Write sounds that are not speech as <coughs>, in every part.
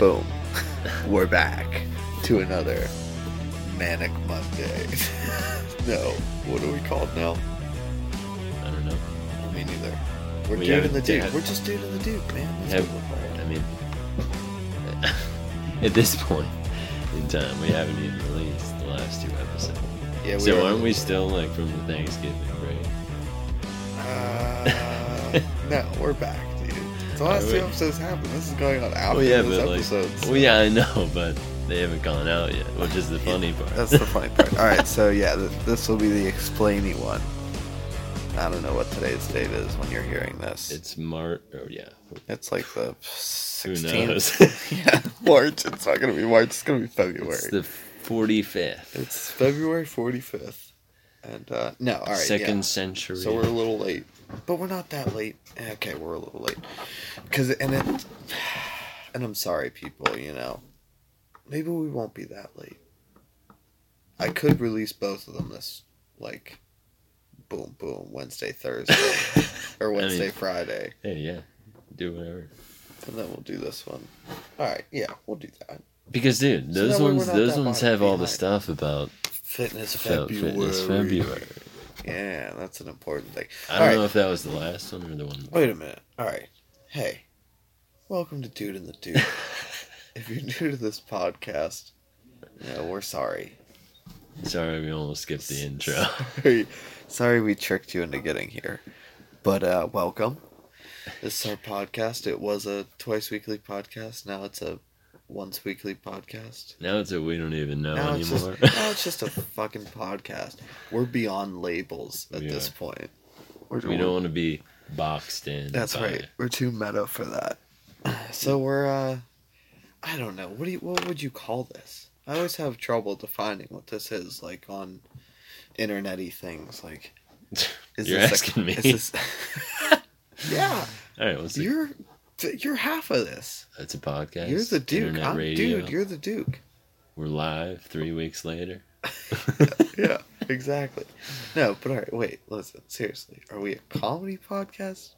<laughs> we're back to another manic Monday. <laughs> no, what are we called now? I don't know. Me neither. We're We dude haven't- and the dude. yeah. We're just dude and the dude, man. That's Have- what we're called. I mean, <laughs> at this point in time, we haven't even released the last two episodes. Yeah, we so are- aren't we still like from the Thanksgiving break? Uh, <laughs> no, we're back, dude. The last Are two we? episodes happened. This is going on after Well, yeah, this but like, episode. so- well, yeah, I know, but they haven't gone out yet, which is the funny part. That's the funny part. All right, so yeah, th- this will be the explainy one. I don't know what today's date is when you're hearing this. <laughs> it's Mart. Oh yeah, It's like the who 16th. knows? <laughs> yeah, March. It's not gonna be March. It's gonna be February. it's It's, the forty-fifth, February 45th. And uh, no, all right. second yeah. century. So we're a little late, but we're not that late. Okay, we're a little late. Cause and it, and I'm sorry, people. You know, maybe we won't be that late. I could release both of them this like, boom, boom, Wednesday, <laughs> Thursday, or mean- Wednesday, Friday, hey, yeah, do whatever. and then we'll do this one. All right, yeah, we'll do that. Because dude, So those that way we're ones, not those that ones far have all the behind. stuff about Fitness felt February. fitness February. Yeah, that's an important thing. I don't All right. know if that was the last one or the one. Wait a minute. All right. Hey, welcome to Dude and the <laughs> Dude. if you're new to this podcast, no, we're sorry. Sorry, we almost skipped the intro. <laughs> Sorry, sorry we tricked you into getting here. But uh, welcome. This is our podcast. It was a twice weekly podcast. Now it's a once weekly podcast. Now it's a we don't even know Now it's, just, anymore. <laughs> now it's just a fucking podcast. We're beyond labels at We this are. point. We're, we don't want to be boxed in. That's by- right. We're too meta for that. <sighs> So we're uh I don't know. What do you what would you call this? I always have trouble defining what this is like on internety things <laughs> like is You're this a- asking me. is <laughs> this- Yeah. All right, what's the, You're you're half of this. that's a podcast. You're the Duke. Internet I'm radio. dude, you're the Duke. We're live three weeks later. Yeah, exactly. No, but all right, wait, listen, seriously. Are we a comedy podcast?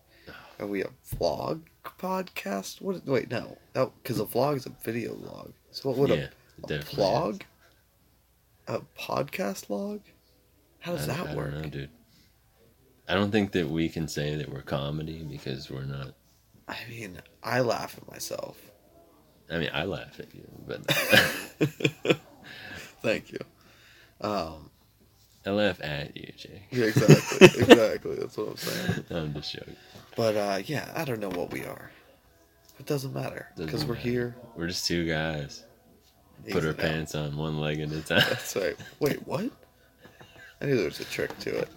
Are we a vlog podcast? What? Wait, no. That because a vlog is a video log. So what would yeah, a, it a definitely is. vlog? A podcast log? How does I- I that don't work? know, dude. I don't think that we can say that we're comedy because we're not. I mean, I laugh at myself. I mean, I laugh at you, but <laughs> Thank you. Um, I laugh at you, Jake. <laughs> yeah, exactly, exactly. That's what I'm saying. I'm just joking. But uh, yeah, I don't know what we are. It doesn't matter Doesn't because we're matter. here. We're just two guys. Put easy our now. pants on one leg at a <laughs> time. That's right. Wait, what? I knew there was a trick to it.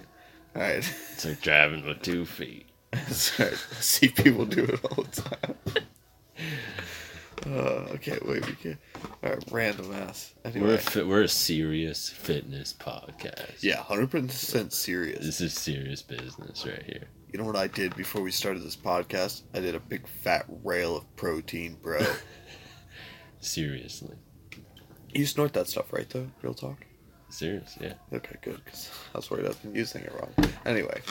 All right. <laughs> it's like driving with two feet. Sorry, I see people do it all the time. Uh, okay, wait, we can. All right, random ass. We're a Anyway, fi- we're a serious fitness podcast. yeah, hundred percent serious. This is serious business right here. You know what I did before we started this podcast? I did a big fat rail of protein, <laughs> bro. Seriously. you snort that stuff, right? Though, real talk. Serious, yeah. Okay, good. Because I was worried I've been using it wrong. Anyway,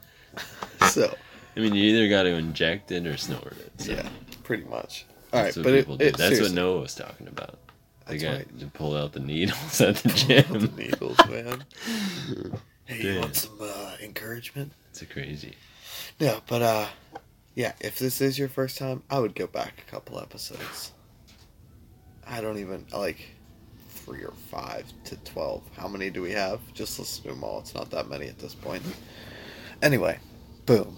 <laughs> so. I mean, you either got to inject it or snort it. So Yeah, pretty much. All right, that's but what it, people do. it, That's seriously, what Noah was talking about. They That's got <laughs> right. to pull out the needles <laughs> at the the gym. needles, <laughs> man. hey, you Damn. want some uh, encouragement? it's a crazy. No, but uh, yeah. If this is your first time, I would go back a couple episodes. I don't even like three or five to twelve. How many do we have? Just listen to them all. It's not that many at this point. Anyway, boom.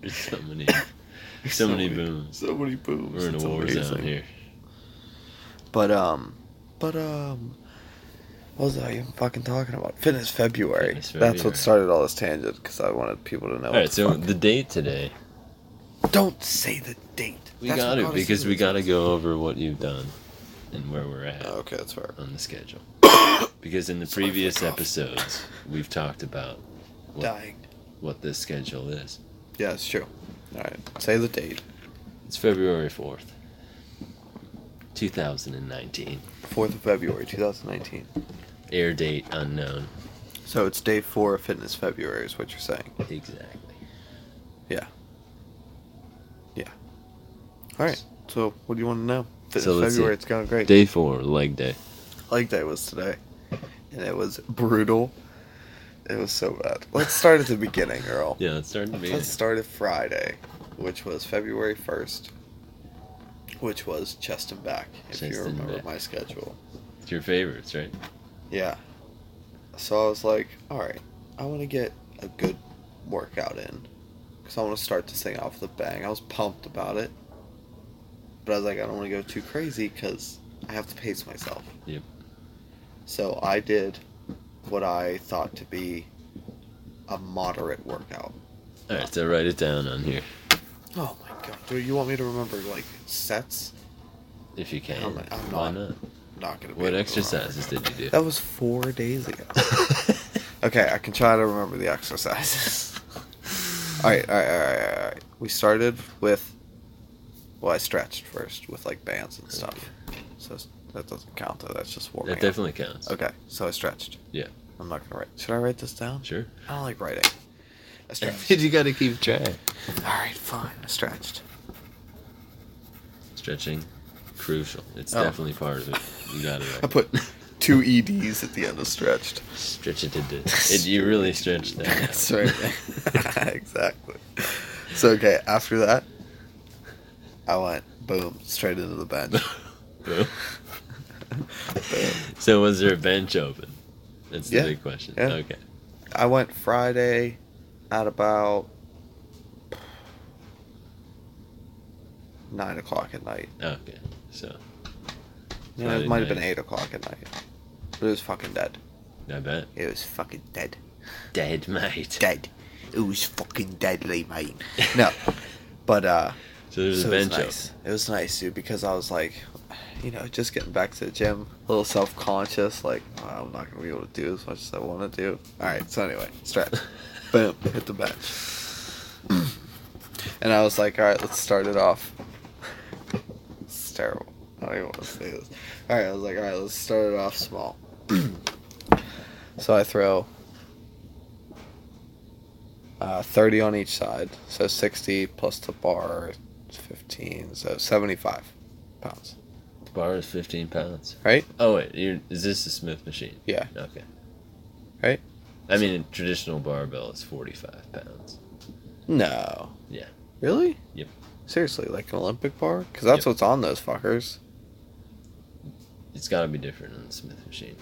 There's so <laughs> many, so many booms. So many booms. We're in a It's war zone amazing. here. But um, but um, what was I even fucking talking about? Fitness February. Fitness That's February. what started all this tangent because I wanted people to know. All what right, the so Oh, fuck- the date today, don't say the date. we That's got what it us because into we this. got to go over what you've done and where we're at. Oh, okay, that's fair. on the schedule. <coughs> because in the Sorry for the previous cough. episodes, we've talked about what, Dying. what this schedule is. Yeah, it's true. All right, say the date. It's February 4th, 2019. Fourth of February, two thousand nineteen. Air date unknown. So it's day four of Fitness February, is what you're saying. Exactly. Yeah. Yeah. All right. So what do you want to know? Fitness So let's see. February. It's going great. Day four, leg day. Leg day was today, and it was brutal. It was so bad. Let's start at the beginning, Earl. Yeah, it's starting to be. Let's start at Friday, which was February 1st, which was chest and back, if Chest you and remember back. my schedule. It's your favorites, right? Yeah. So I was like, all right, I want to get a good workout in because I want to start this thing off with a bang. I was pumped about it, but I was like, I don't want to go too crazy because I have to pace myself. Yep. So I did what I thought to be a moderate workout. All right, so write it down on here Oh my god. Do you want me to remember like sets? if you can. I'm- I'm Why not. not? Not gonna. Be What able to exercises did you do? <laughs> remember. That was four days ago. <laughs> okay, I can try to remember the exercises. <laughs> all right, all right, all right, all right, all right. We started with. Well, I stretched first with like bands and stuff, so that doesn't count. Though. That's just warming. that up. definitely counts. Okay, so I stretched. Yeah. I'm not gonna write. Should I write this down? <laughs> Sure. I don't like writing. I stretched. you got to keep track. all right, fine. I stretched. Stretching, crucial. It's Oh. definitely part of it. You got it. I <laughs> Right. put two eds at the end of stretched. Stretch it to do. It, you really stretched that. out. That's right. exactly. So okay, after that, I went boom straight into the bench. Boom. <laughs> so was there a bench open? That's the Yeah. big question. Yeah. Okay. I went Friday at about nine o'clock at night. Okay. So No, it Friday might have been night. eight o'clock at night. But it was fucking dead. I bet It was fucking dead. dead, mate. Dead. It was fucking deadly, mate. No, but uh. So there's So a it was bench nice. It was nice, dude, because I was like, <sighs> you know, just getting back to the gym, a little self conscious, like, "Oh, I'm not going to be able to do as much as I want to do. All right, so anyway, stretch. Boom, hit the bench. <clears throat> And I was like, all right, let's start it off. it's terrible. I don't even want to say this. All right, I was like, all right, let's start it off small. <clears throat> so I throw uh, 30 on each side, so 60 plus the bar, 15, so 75 pounds, open. Bar is 15 pounds. right? Oh wait, you're, is this a Smith machine? Yeah. Okay. Right? I mean, a traditional barbell is 45 pounds. No. Yeah. Really? Yep. Seriously, like an Olympic bar? Because that's Yep. what's on those fuckers. It's got to be different on the Smith machine.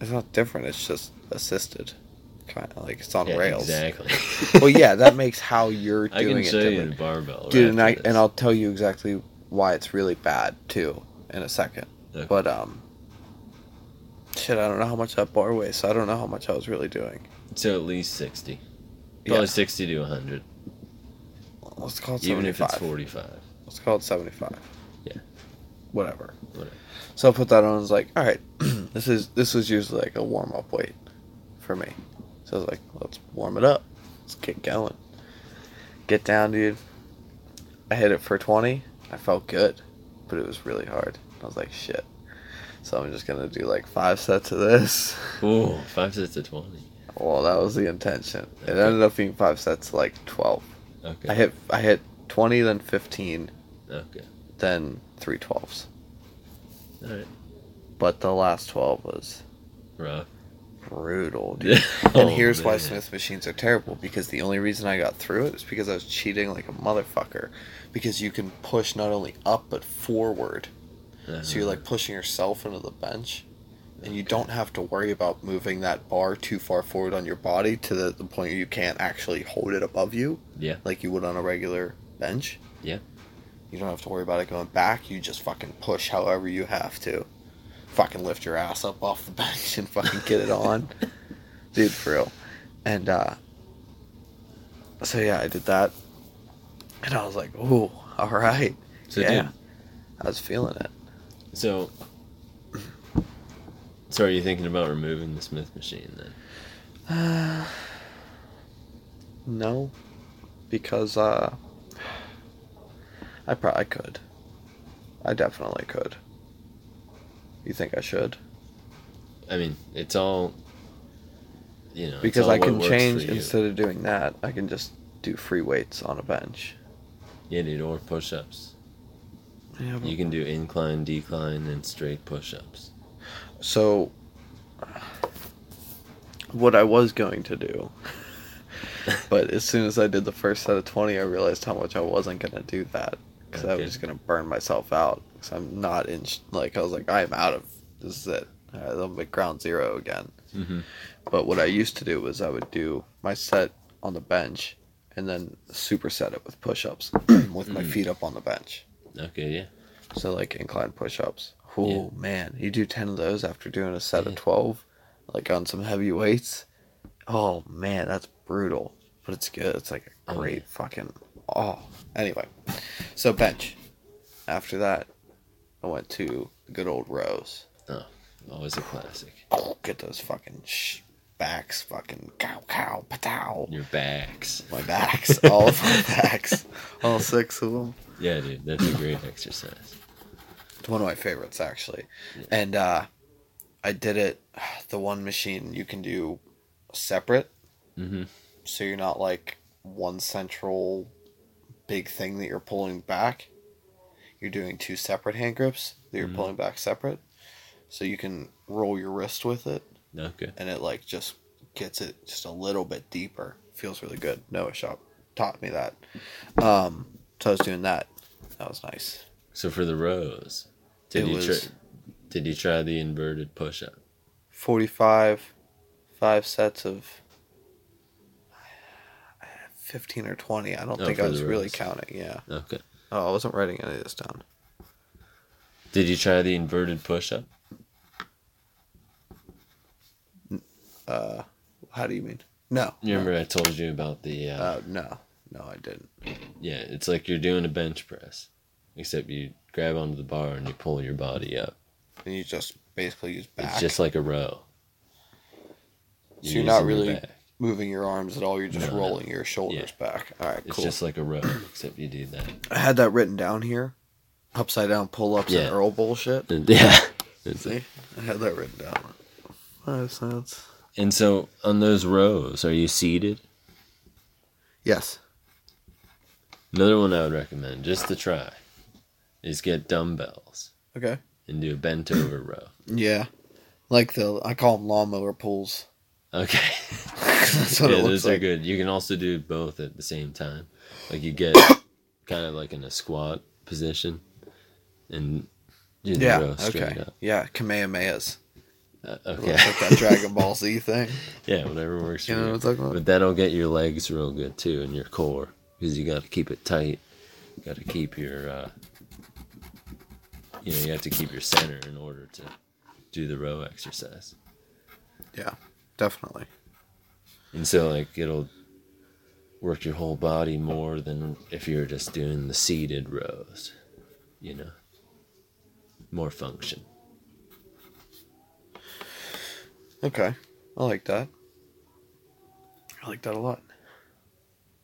It's not different. It's just assisted, kind of like it's on Yeah, rails. <laughs> Exactly. well, yeah, that makes how you're <laughs> I doing can it show you the different, barbell. dude. And I right after and I'll tell you exactly why it's really bad too in a second. this. Okay. But um, shit, I don't know how much that bar weighs, so I don't know how much I was really doing. So at least 60. Probably Yeah. 60 to 100, Let's call it even if it's 75. 45. Let's call it 75. Yeah. Whatever. Whatever. So I put that on. I was like, all right, <clears throat> this is this was usually like a warm up weight for me. So I was like, let's warm it up. Let's get going. Get down, dude. I hit it for 20. I felt good, but it was really hard. I was like, shit. So I'm just gonna do like five sets of this. <laughs> Ooh, five sets of 20. Well, that was the intention. It Okay. ended up being five sets, like 12. Okay. I hit I hit 20, then 15, Okay. then three 12s. All right. but the last 12 was Rough. brutal dude. <laughs> Oh, and here's why man. smith machines are terrible because the only reason i got through it is because i was cheating like a motherfucker because you can push not only up but forward Uh, so Uh-huh. you're like pushing yourself into the bench and you don't have to worry about moving that bar too far forward on your body to the, the point where you can't actually hold it above you Yeah. like you would on a regular bench Yeah. you don't have to worry about it going back. You just fucking push however you have to. Fucking lift your ass up off the <laughs> bench and fucking get it <laughs> on. Dude, for real. And uh so yeah, I did that. And I was like, ooh, alright. So, yeah. dude, I was feeling it. so. So are you thinking about removing the Smith machine then? Uh, no. Because uh I probably could. I definitely could. You think I should? I mean, it's all. You know, it's because all I what can works change for you. instead of doing that. I can just do free weights on a bench. Yeah, dude, or push-ups. Yeah, but- You can do incline, decline, and straight push ups. So, what I was going to <laughs> do, but as soon as I did the first set of 20, I realized how much I wasn't going to do that because I Okay. was just going to burn myself out because I'm not in, sh- like, I was like, I'm out of this is it. Uh, I'm at ground zero again. Mm-hmm. But what I used to do was I would do my set on the bench and then superset it with push ups <clears throat> with my Mm. feet up on the bench. Okay, yeah. So like incline push ups. Oh man, you do ten of those after doing a set of twelve, like on some heavy weights. Oh man, that's brutal. But it's good. It's like a Oh, great fucking oh. Anyway. So bench. After that, I went to the good old rows. Oh, Always a classic. Get those fucking sh- backs fucking cow cow patow. Your backs. My backs. All of my backs. All six of them. Yeah, dude, that's a great <laughs> exercise. It's one of my favorites actually. Yeah. And uh I did it <sighs> the one machine you can do separate Mm-hmm. so you're not like one central big thing that you're pulling back. You're doing two separate hand grips that you're Mhm. pulling back separate. So you can roll your wrist with it Okay. and it like just gets it just a little bit deeper. Feels really good. Noah Shop taught me that. Um so I was doing that. That was nice. So for the rows, did It you was- try? Did you try the inverted push up? 45 five sets of 15 or 20 i don't Oh, think for i the was really rows. counting yeah Okay. oh i wasn't writing any of this down Did you try the inverted push up? uh how do you mean no You remember I told you about the uh, uh no no i didn't yeah? It's like you're doing a bench press, except you grab onto the bar and you pull your body up. and you just basically use back It's just like a row. So you're not using your really- back. moving your arms at all you're just No, no. rolling your shoulders back all right It's cool just like a row, except you do that. i had that written down here upside down pull-ups <laughs> Yeah. and earl bullshit And- yeah. It's like- see i had that written down five cents <laughs> and so on those rows, are you seated? yes Another one I would recommend, just to try, is get dumbbells okay and do a bent over row. yeah like the i call them lawnmower pulls <laughs> Okay. That's what yeah, it looks those are like. good. You can also do both at the same time. Like <coughs> you get kind of like in a squat position and do the Yeah. row straight Okay. up. Yeah, Kamehameha's. Uh, It okay. looks like that Dragon Ball Z thing. <laughs> yeah, whatever works for You know what I'm you. talking about? But that'll get your legs real good too and your core because you got to keep it tight. Got to keep your, uh, you know, you have to keep your center in order to do the row exercise. Yeah, definitely. And so, like, it'll work your whole body more than if you're just doing the seated rows, you know? More function. Okay, I like that. I like that a lot.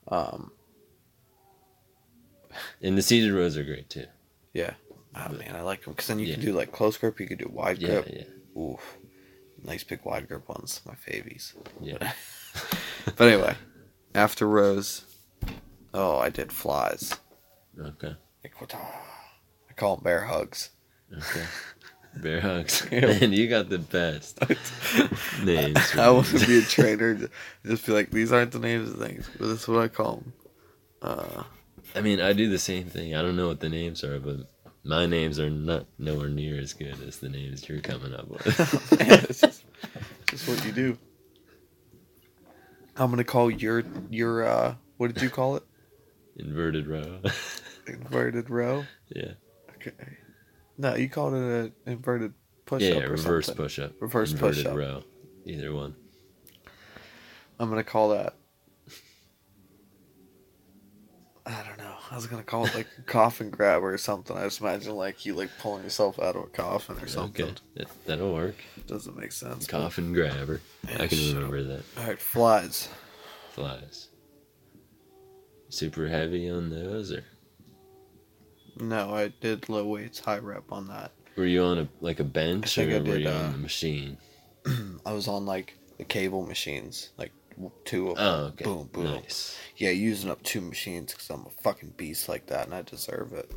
Um, And the seated rows are great too. yeah. Oh man, I like them because then you can Yeah. do like close grip, you can do wide Yeah, grip. yeah, Oof, nice big wide grip ones, my favies. <laughs> yeah. But anyway, after rows, oh, I did flies. Okay, Like, what the- I call them bear hugs. <laughs> okay. Bear hugs. Yeah. Man, you got the best names. <laughs> for I want these. to be a trainer. to Just be like, these aren't the names of things, but that's what I call them. Uh, <laughs> <laughs> I mean, I do the same thing. I don't know what the names are, but my names are not nowhere near as good as the names you're coming up with. <laughs> <laughs> it's just, it's just what you do. I'm gonna call your your uh, what did you call it? Inverted row. <laughs> Inverted row. yeah. Okay. No, you called it an inverted push Yeah, up. reverse something. push up. Reverse Inverted push-up. row. Either one. I'm gonna call that. I don't know. I was gonna call it like <laughs> a coffin grab or something. I just imagine like you like pulling yourself out of a coffin or something. Okay, that, that'll work. Doesn't make sense. but- Coffin grabber. I can Shut remember that. All right, flies. Flies. Super heavy on those, or No, I did low weights, high rep on that. were you on a like a bench, I or think I were did, you uh, on the machine? I was on like the cable machines, like two of them. Oh, okay. Boom, boom. Nice. Yeah, using up two machines because I'm a fucking beast like that and I deserve it.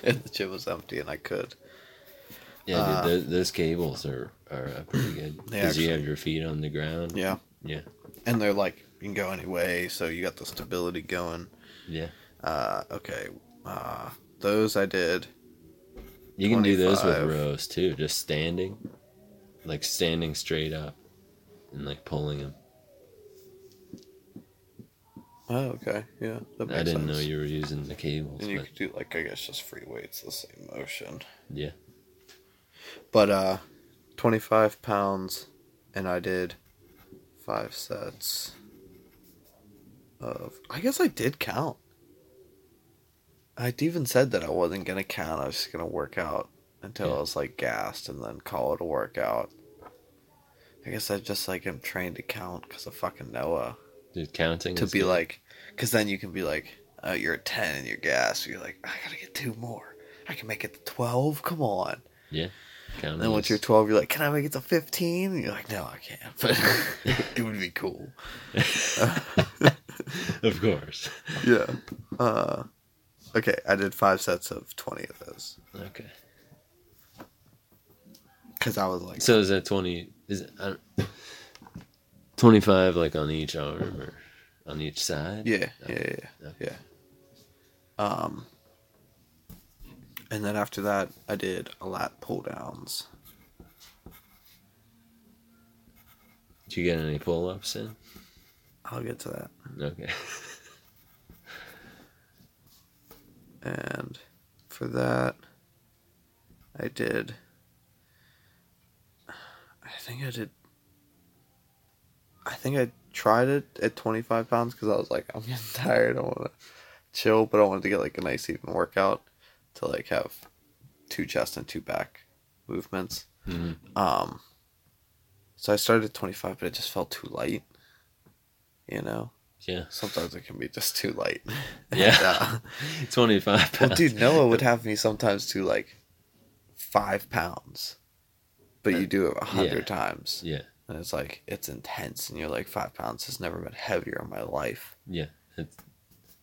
<laughs> and the gym was empty and I could. Yeah, Uh, dude, those, those cables are, are uh, pretty good. <clears throat> They Because you actually- have your feet on the ground. Yeah. Yeah. And they're like, you can go any way, so you got the stability going. Yeah. Uh, okay. Uh, those I did. You can do those with 25. rows too, just standing, like standing straight up, and like pulling them. Oh, okay. Yeah. That makes I didn't sense. know you were using the cables, And you but could do like I guess just free weights, the same motion. yeah, But uh, twenty five pounds, and I did five sets of. I guess I did count. I even said that I wasn't gonna count. I was just gonna work out until I Yeah. was like gassed, and then call it a workout. I guess I just like am trained to count because of fucking Noah dude, counting to is be good. like, because then you can be like, oh, you're at 10 and you're gassed. You're like, I gotta get two more. I can make it to 12. Come on. counting And then once is- you're 12, you're like, can I make it to 15? And you're like, no, I can't. But <laughs> it would be cool. <laughs> of course. Yeah. Uh, okay, I did five sets of 20 of those. Okay, Because I was like, so is that twenty? Is it, I don't, twenty-five like on each arm or on each side? yeah, yeah, yeah, yeah. Okay. yeah. Um, and then after that, I did a lat pull downs. Did you get any pull-ups in? I'll get to that. <laughs> Okay. and for that I did I think I did I think I tried it at 25 pounds because I was like I'm getting <laughs> tired I want to chill but I wanted to get like a nice even workout to like have two chest and two back movements Mhm. um so I started at 25 but it just felt too light you know Yeah, sometimes it can be just too light <laughs> Yeah. And, uh, twenty-five well, pounds. <laughs> dude, Noah would have me sometimes do like five pounds, but you do it a hundred times, Yeah, and it's like it's intense, and you're like five pounds has never been heavier in my life. yeah. It's,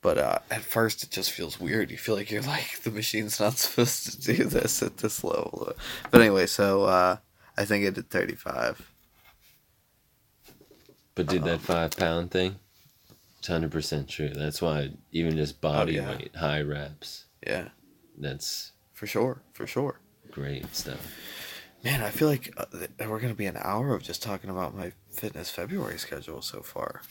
But uh, at first, it just feels weird. You feel like you're like the machine's not <laughs> supposed to do this at this level. But anyway, so uh, I think I did thirty five. But dude, that five pound thing, it's hundred percent true. That's why even just body Oh, yeah. weight, high reps, Yeah, that's for sure, for sure. great stuff. Man, I feel like uh, th- we're gonna be an hour of just talking about my fitness February schedule so far.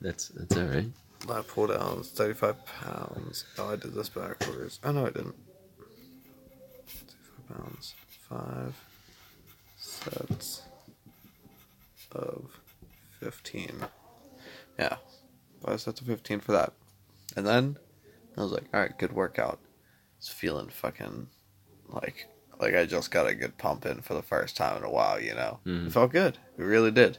That's that's all right. Lat pull downs, 35 pounds. Oh, I did this backwards. Oh, no, I didn't. 35 pounds. Five sets of 15. Yeah. Five sets of 15 for that. And then I was like, all right, good workout. It's feeling fucking like like I just got a good pump in for the first time in a while, you know? Mhm. It felt good. It really did.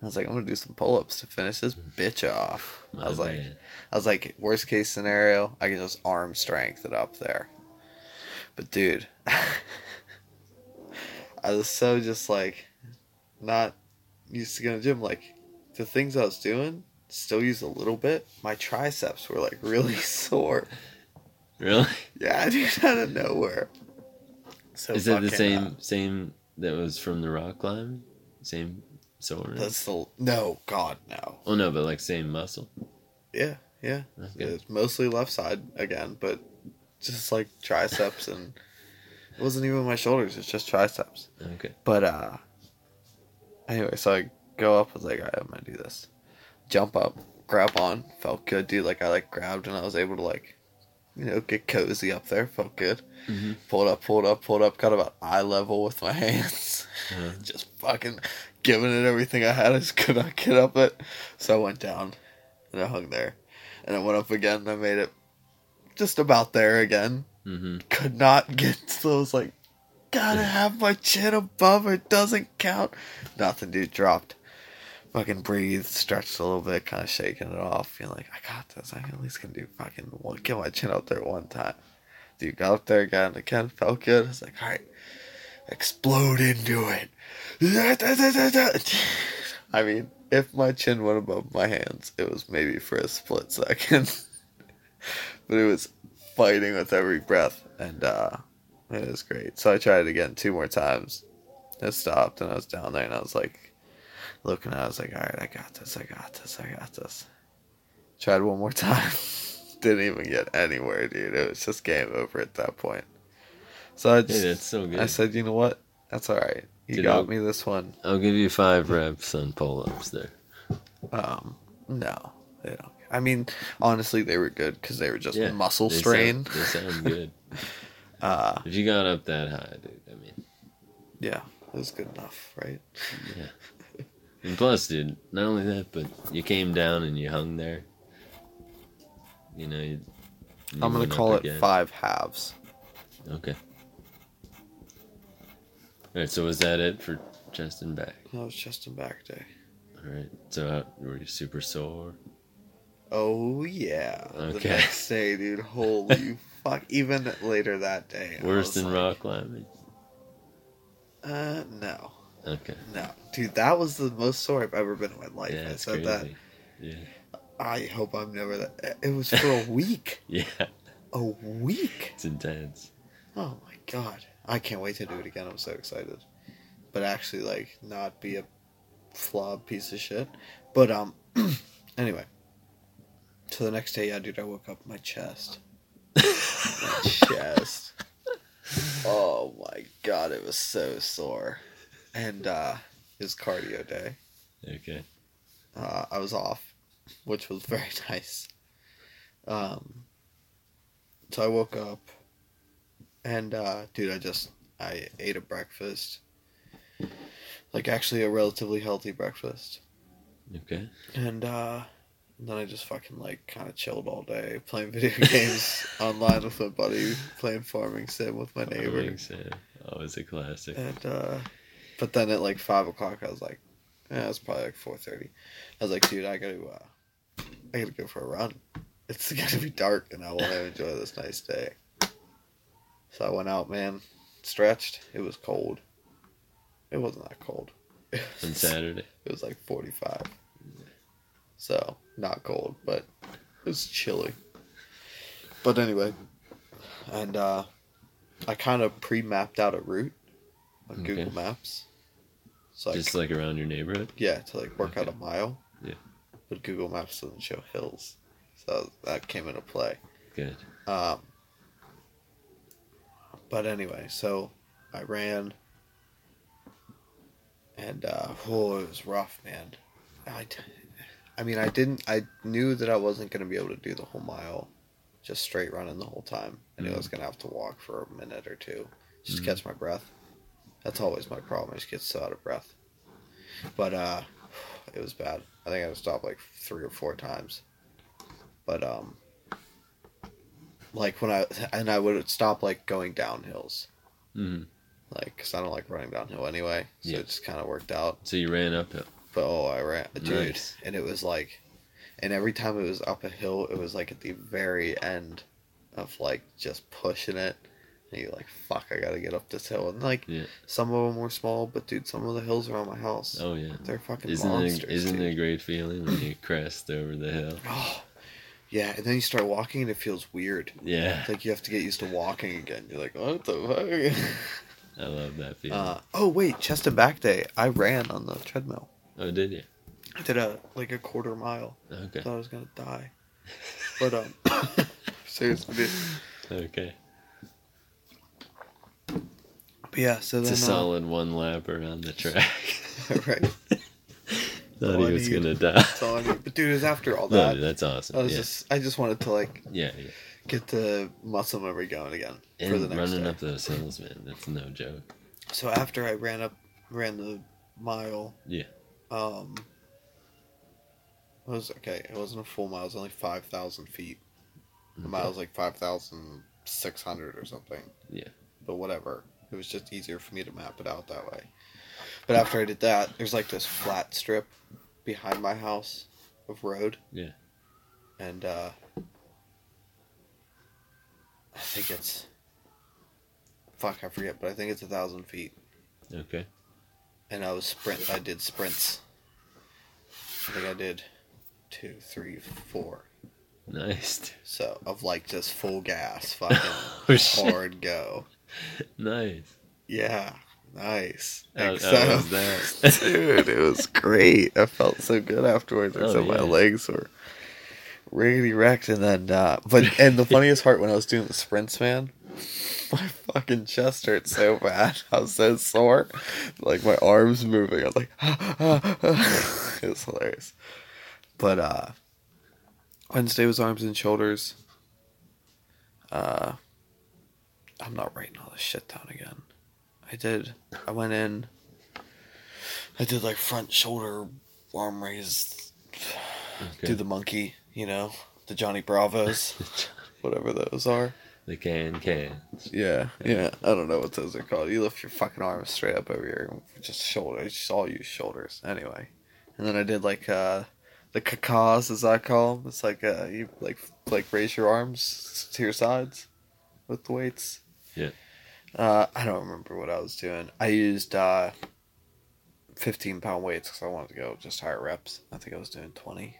I was like, I'm gonna do some pull ups to finish this bitch off. I was My like, bad. I was like, worst case scenario, I can just arm strength it up there. But dude, <laughs> I was so just like, not used to going to gym. Like the things I was doing, still use a little bit. My triceps were like really <laughs> sore. really? Yeah, <laughs> dude, out of nowhere. So Is it the fucking, same uh, same that was from the rock climbing? Same soreness? that's the no, God, no. Oh no, but like same muscle. Yeah, yeah. Okay. It's mostly left side again, but just like triceps and it wasn't even my shoulders, it's just triceps. Okay. But uh anyway, so I go up, I was like, Alright, I'm gonna do this. Jump up, grab on, felt good, dude. Like I like grabbed and I was able to like you know, get cozy up there, felt good. Mhm. Pulled up, pulled up, pulled up, got about eye level with my <laughs> hands. Uh-huh. just fucking giving it everything I had. I just could not get up it. So I went down and I hung there. And I went up again and I made it just about there again. Mm-hmm. Could not get <laughs> so I was like, gotta have my chin above. It doesn't count. Nothing, dude. Dropped. Fucking breathed, stretched a little bit, kind of shaking it off. Feeling like, I got this. I can at least can do fucking one. Get my chin up there one time. Dude, got up there again. Again, felt good. I was like, all right, explode into it. <laughs> I mean, if my chin went above my hands, it was maybe for a split second. <laughs> but it was fighting with every breath, and uh, it was great. So I tried it again two more times. It stopped, and I was down there, and I was like, looking at it, I was like, all right, I got this, I got this, I got this. Tried one more <laughs> time. Didn't even get anywhere, dude. It was just game over at that point. So I Dude, just, that's so good. I said, you know what? That's all right. You Did got it- me this one. I'll give you five reps on pull ups there. Um, no, they don't. I mean, honestly, they were good because they were just Yeah, muscle they strain. Sound, they sound good. <laughs> Uh, if you got up that high, dude, I mean, yeah, it was good enough, right? and plus, dude, not only that, but you came down and you hung there. You know, you, you I'm gonna went up call it again. five halves. Okay. All right, so was that it for chest and back? That was just a back day. All right, so how, were you super sore? Oh yeah. The Okay. next day, dude. Holy <laughs> fuck! Even later that day. I Worse was than like, rock climbing? Uh, no, Okay. no, dude. That was the most sore I've ever been in my life. yeah, I it's said crazy. that. Yeah. <laughs> I hope I'm never that. It was for a week. Yeah, A week. <laughs> it's intense. Oh my god. I can't wait to do it again. I'm so excited. But actually like not be a flawed piece of shit. But um <clears throat> anyway. So the next day, yeah, dude, I woke up my chest. My chest. Oh my god, it was so sore. And uh it was cardio day. Okay. Uh, I was off, which was <laughs> very nice. Um, so I woke up, and uh, dude, I just I ate a breakfast, like actually a relatively healthy breakfast, Okay. and uh, then I just fucking like kind of chilled all day playing <laughs> video games online with my buddy, playing farming sim with my neighbor, Always, uh, always a classic. and uh, but then at like five o'clock, I was like, yeah, it's probably like four thirty. I was like, dude, I gotta, uh, I gotta go for a run. It's <laughs> gonna be dark, and I want to enjoy this nice day. So I went out, man, stretched. It was cold. It wasn't that cold. <laughs> It On was, <laughs> Saturday. it was like forty-five. So not cold, but it was chilly. But anyway, and uh, I kind of pre-mapped out a route on Okay. Google Maps. So I just like around your neighborhood. yeah, to like work out a mile. Yeah. But Google Maps doesn't show hills. So that came into play. Good. Um, but anyway, so I ran. And, uh, oh, it was rough, man. I, d- I mean, I didn't, I knew that I wasn't going to be able to do the whole mile just straight running the whole time. I knew I was going to have to walk for a minute or two just Mhm. to catch my breath. That's always my problem. I just get so out of breath. But, uh, it was bad. I think I stopped like three or four times. But, um, like when I and I would stop like going down hills, Mm. like because I don't like running downhill anyway. So Yeah. it just kind of worked out. So you ran uphill. But oh, I ran, dude, Nice. and it was like, and every time it was up a hill, it was like at the very end of like just pushing it. And you're like, fuck, I gotta get up this hill. And like, Yeah. some of them were small, but dude, some of the hills around my house, Oh yeah. they're fucking Isn't monsters. it isn't dude. it a great feeling when you crest over the hill? Oh, yeah. And then you start walking, and it feels weird. <laughs> Yeah. It's like you have to get used to walking again. You're like, what the fuck? <laughs> I love that feeling. Uh, oh wait, chest and back day. I ran on the treadmill. oh, did you? I did a like a quarter mile. Okay. Thought I was gonna die, but <laughs> um, seriously. dude. Okay. But yeah, so It's a then solid one lap around the track. <laughs> <laughs> uh, right. That's Thought all I he was need. <laughs> gonna die. all I need. But dude, it was after all <laughs> No, that. dude, that's I awesome. was Yeah. just I just wanted to like yeah, yeah. get the muscle memory going again for the And next running day. up those hills, man, that's no joke. So after I ran up, ran the mile. Yeah. Um. It was okay. It wasn't a full mile. It was only five thousand feet. The Okay. mile was like five thousand six hundred or something. Yeah. But whatever. It was just easier for me to map it out that way. But after I did that, there's like this flat strip behind my house of road. Yeah. And uh I think it's fuck, I forget, but I think it's a thousand feet. Okay. And I was sprint I did sprints. I think I did two, three, four. Nice. <laughs> dude. So of like just full gas, fucking <laughs> Oh, shit. hard go. Nice. Yeah, nice. How- Like, how so- <laughs> was that? dude, it was great. I felt so good afterwards, Oh, except my yeah. legs were riggedy wrecked, and then uh, but <laughs> and the funniest part when I was doing the sprints, man, <laughs> my fucking chest hurt so bad. <laughs> I was so sore, like my arms moving. I was like, <laughs> it was hilarious. But uh, Wednesday was arms and shoulders. Uh, I'm not writing all this shit down again. I did. I went in. I did like front shoulder arm raise, Okay. do the monkey, you know, the Johnny Bravos, whatever those are. <laughs> the can can. Yeah, yeah. I don't know what those are called. You lift your fucking arms straight up over your just shoulders, just all your shoulders. Anyway, and then I did like uh the kakas as I call them. It's like uh you like like raise your arms to your sides with the weights. Yeah. Uh, I don't remember what I was doing. I used uh fifteen pound weights because I wanted to go just higher reps. I think I was doing twenty.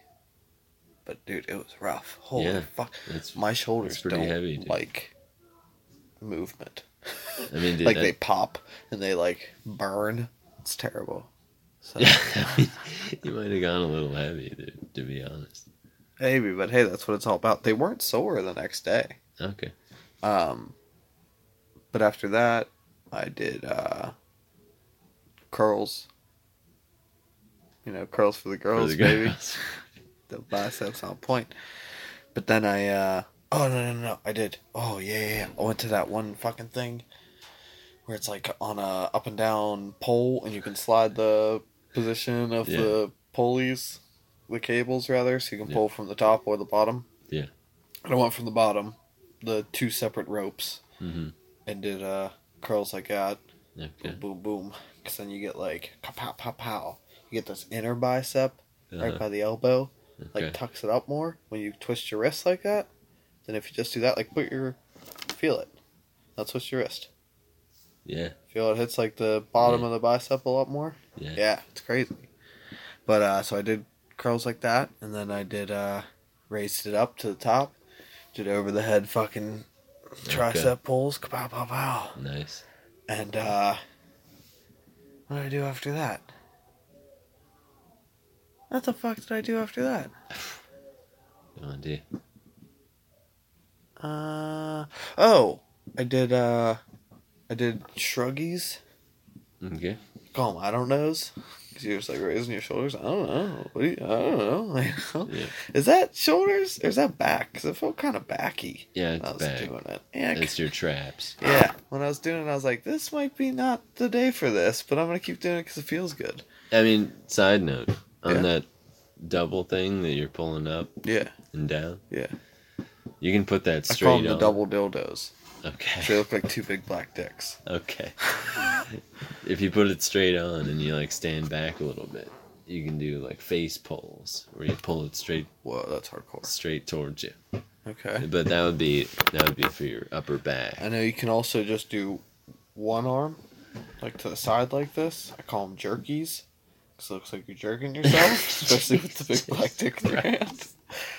But dude, it was rough. Holy Yeah. fuck! That's My shoulders pretty don't heavy, dude. like movement. I mean, dude, like that- <laughs> they pop and they like burn. It's terrible. So, you might have gone a little heavy, dude, to be honest. <laughs> maybe, but hey, that's what it's all about. They weren't sore the next day. Okay. Um, but after that, I did uh, curls. You know, curls for the For girls, the baby. girls. the biceps on point. But then I, uh, oh no no no, I did. Oh yeah, yeah, yeah. I went to that one fucking thing where it's like on a up and down pole, and you can slide the position of Yeah. the pulleys, the cables rather, so you can Yeah. pull from the top or the bottom. Yeah. And I went from the bottom, the two separate ropes, <laughs> Mhm. and did uh curls like that Okay. boom, boom, boom. Because then you get like pow, pow, pow. You get this inner bicep Uh-huh. right by the elbow, Okay. like tucks it up more when you twist your wrist like that. Then if you just do that, like put your, feel it. Now twist your wrist. Yeah. Feel it hits like the bottom Yeah. of the bicep a lot more. Yeah. Yeah, it's crazy. But uh, so I did curls like that, and then I did uh, raised it up to the top, did over the head fucking tricep pulls, pow, pow, pow. Nice. And uh what did I do after that? What the fuck did I do after that? Good on, dude. Uh oh, I did uh I did shruggies. Okay. Call them I don't knows. Cause you're just like raising your shoulders. I don't know. What do you, I don't know. <laughs> Like, Yeah. Is that shoulders or is that back? Cause it felt kind of backy. Yeah, when I it's was back. doing it. Yeah, 'cause- It's your traps. yeah. When I was doing it, I was like, this might be not the day for this, but I'm gonna keep doing it because it feels good. I mean, side note on Yeah. that double thing that you're pulling up Yeah, and down, yeah. you can put that I straight call them the on. double dildos. They Okay. look like two big black dicks. <laughs> okay. if you put it straight on and you like stand back a little bit, you can do like face pulls where you pull it straight Whoa, that's hardcore. straight towards you. Okay. But that would be that would be for your upper back. I know you can also just do one arm, like to the side, like this. I call them jerkies, because it looks like you're jerking yourself, especially with the big black dick in your hand.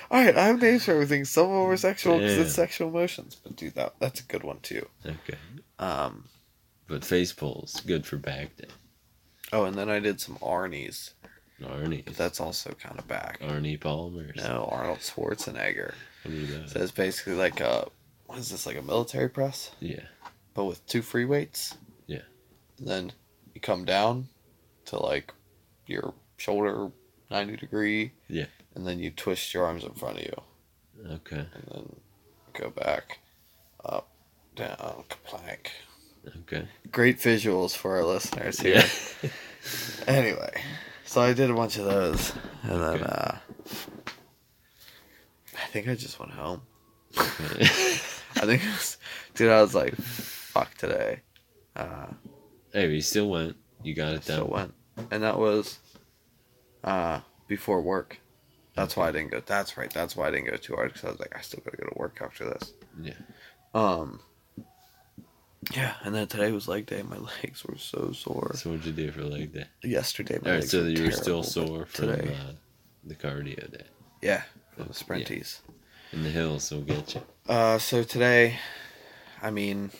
All right, I have names for everything. Some of them are sexual because Yeah. it's sexual emotions, but do that. That's a good one too. Okay. Um. But face pulls good for back day. Oh, and then I did some Arnie's, Arnie. but that's also kind of back. Arnie Palmer's. No, Arnold Schwarzenegger. What are those? So it's basically like a what is this like a military press? yeah. but with two free weights. Yeah. And then you come down to like your shoulder 90 degree. Yeah. And then you twist your arms in front of you Okay. and then go back up, down, plank. Okay. Great visuals for our listeners here. <laughs> Yeah. <laughs> Anyway, so I did a bunch of those and then Okay. uh I think I just went home. <laughs> I think, it was, dude, I was like, fuck today. Uh, hey, but you still went. You got it So done. went, and that was uh before work. That's why I didn't go. That's right. That's why I didn't go too hard because I was like, I still gotta go to work after this. Yeah. Um. Yeah, and then today was leg day. My <laughs> legs were so sore. So what'd you do for leg day? Yesterday, my All right. legs So were you were still terrible, but sore from today. uh, the cardio day. Yeah, for the sprinties. And the hills will get you. Uh, so today, I mean,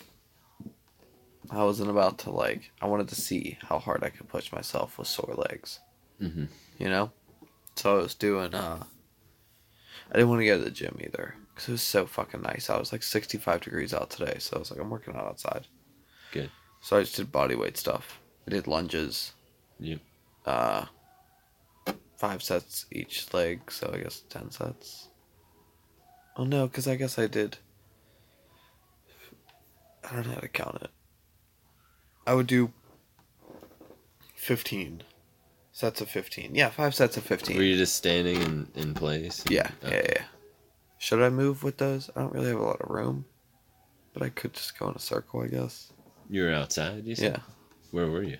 I wasn't about to like. I wanted to see how hard I could push myself with sore legs. Mhm. You know, so I was doing. Uh, I didn't want to go to the gym either because it was so fucking nice. I was like sixty-five degrees out today, so I was like, I'm working out outside. Good. So I just did body weight stuff. I did lunges. Yep. Uh, five sets each leg, so I guess ten sets. Oh no, because I guess I did. I don't know how to count it. I would do fifteen sets of fifteen. Yeah, five sets of fifteen. Were you just standing in, in place? Oh. Yeah, Okay. yeah, yeah. Should I move with those? I don't really have a lot of room, but I could just go in a circle, I guess. You were outside, you <laughs> said? Yeah, Where were you?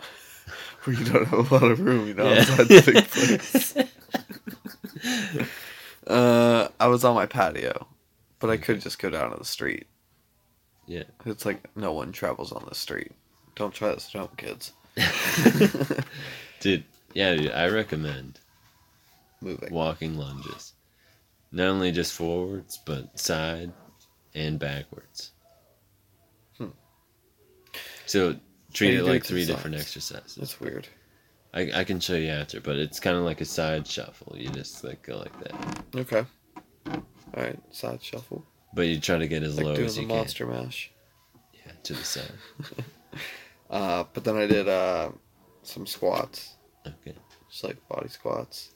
where you don't have a lot of room, you know. outside the big place. <laughs> Uh, I was on my patio, but I could just go down to the street. Yeah. It's like no one travels on the street. Don't try this at home, <laughs> kids. <laughs> <laughs> Dude, yeah, dude, I recommend Moving. walking lunges. Not only just forwards, but side and backwards. Hmm. So treat you it do like it to three the different sides. exercises. That's weird. I, I can show you after, but it's kind of like a side shuffle. You just like go like that, Okay. All right, side shuffle. but you try to get as Like low doing as the you can monster mash. yeah, to the side. Uh, but then I did uh some squats, Okay, just like body squats,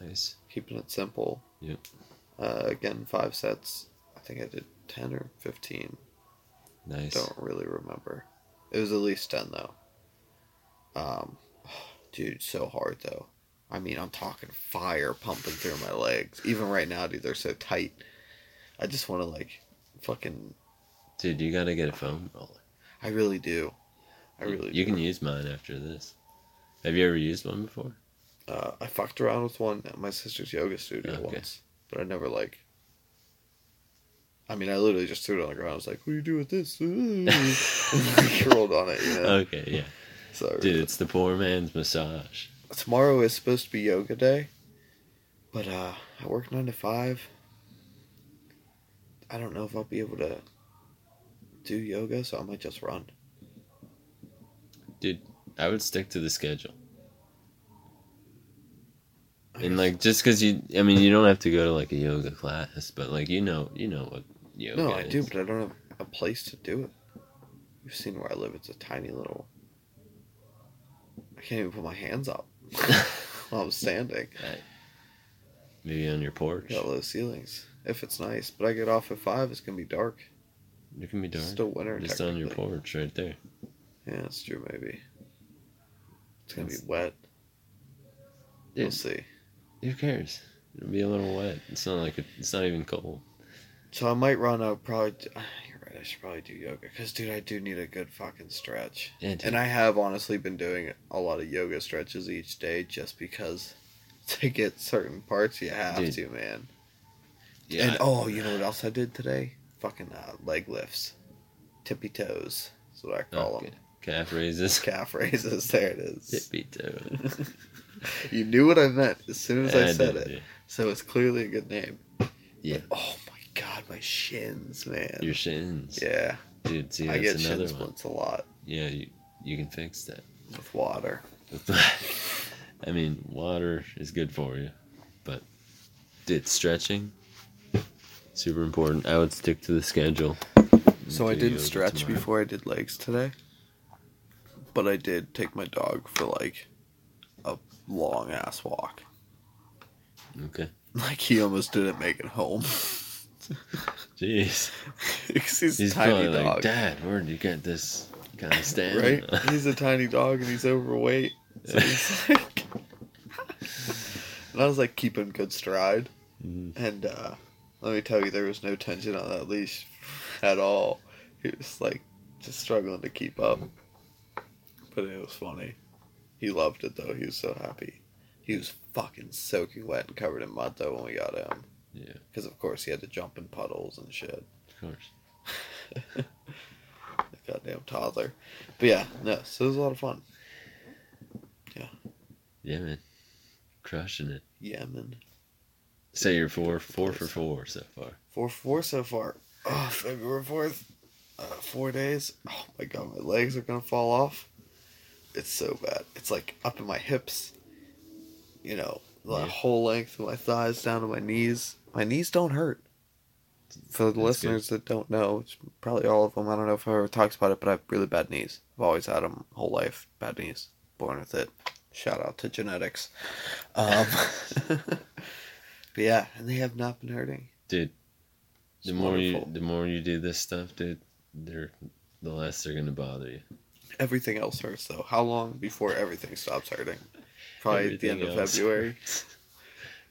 nice. keeping it simple. Yep. Uh, again, five sets. I think I did ten or fifteen. Nice. Don't really remember. It was at least ten though. Um, <sighs> dude, so hard though. I mean, I'm talking fire pumping through my legs. Even right now, dude, they're so tight. I just want to like, fucking. Dude, you gotta get a foam roller. I really do. I really. do. You can use mine after this. Have you ever used one <laughs> before? Uh, I fucked around with one at my sister's yoga studio Okay. once, but I never like. I mean, I literally just threw it on the ground. I was like, "What do you do with this?" <laughs> and like, rolled on it. You know? Okay, yeah. so Dude, it's the poor man's massage. tomorrow is supposed to be yoga day, but uh, I work nine to five. I don't know if I'll be able to do yoga, so I might just run. I would stick to the schedule. I And guess- like just cuz you I mean, you don't have to go to like a yoga class, but like you know, you know what yoga no, I do, is. but I don't have a place to do it. You've seen where I live; it's a tiny little. I can't even put my hands up <laughs> while I'm standing. <laughs> Maybe on your porch. Got low ceilings. If it's nice, but I get off at five. It's gonna be dark. It can be dark. It's still winter. just on your technically. porch right there. Yeah, it's true. Maybe it's gonna be It's- wet. We'll Dude, see. who cares? It'll be a little wet. It's not like a, it's not even cold. So I might run out. Probably, <sighs> you're right. I should probably do yoga because, dude, I do need a good fucking stretch. Yeah, dude. And I have honestly been doing a lot of yoga stretches each day just because <laughs> to get certain parts you have Dude. to, man. yeah, And oh, you know what else I did today? Fucking uh, leg lifts, tippy toes. That's what I call okay. them. calf <laughs> raises. <laughs> Calf raises. <laughs> There it is. Tippy toe. <laughs> you knew what I meant as soon as I, I said did, it. dude. So it's clearly a good name. Yeah. Oh my god, my shins, man. Your shins. yeah. Dude, see, I that's get shin another one. splints a lot Yeah, you, you can fix that. <laughs> with water. I mean, water is good for you, but dude, stretching super important. I would stick to the schedule. So I Do didn't yoga stretch tomorrow. before I did legs today, but I did take my dog for like a long ass walk. <laughs> Okay. Like he almost didn't make it home. Jeez. 'Cause he's, He's a tiny probably like, dog, Dad, where'd you get this kind <laughs> of stamina? <laughs> right? he's a tiny dog and he's overweight. So he's like, <laughs> and I was like keeping good stride. Mhm. And uh, let me tell you, there was no tension on that leash at all. He was like just struggling to keep up. But it was funny. He loved it though. He was so happy. He was fucking soaking wet and covered in mud though when we got him. Yeah, of Because of course he had to jump in puddles and shit. course. Like goddamn toddler. But yeah, no, so it was a lot of fun. Yeah, man. crushing it. Yeah, man. Say you're four, four for four so far. Four four so far. Oh, February fourth. Uh, four days. Oh my god, my legs are gonna fall off. It's so bad. It's like up in my hips. You know, the Yeah. whole length of my thighs down to my knees. My knees don't hurt. For the good. listeners that don't know, which probably all of them. I don't know if I ever talks about it, but I have really bad knees. I've always had them whole life. Bad knees. Born with it. Shout out to genetics. Um, <laughs> but yeah, and they have not been hurting. Dude, It's the more you wonderful. the more you do this stuff, dude, they're the less they're gonna bother you. <laughs> everything else hurts though. How long before everything stops hurting? Probably at the end Everything of else. February.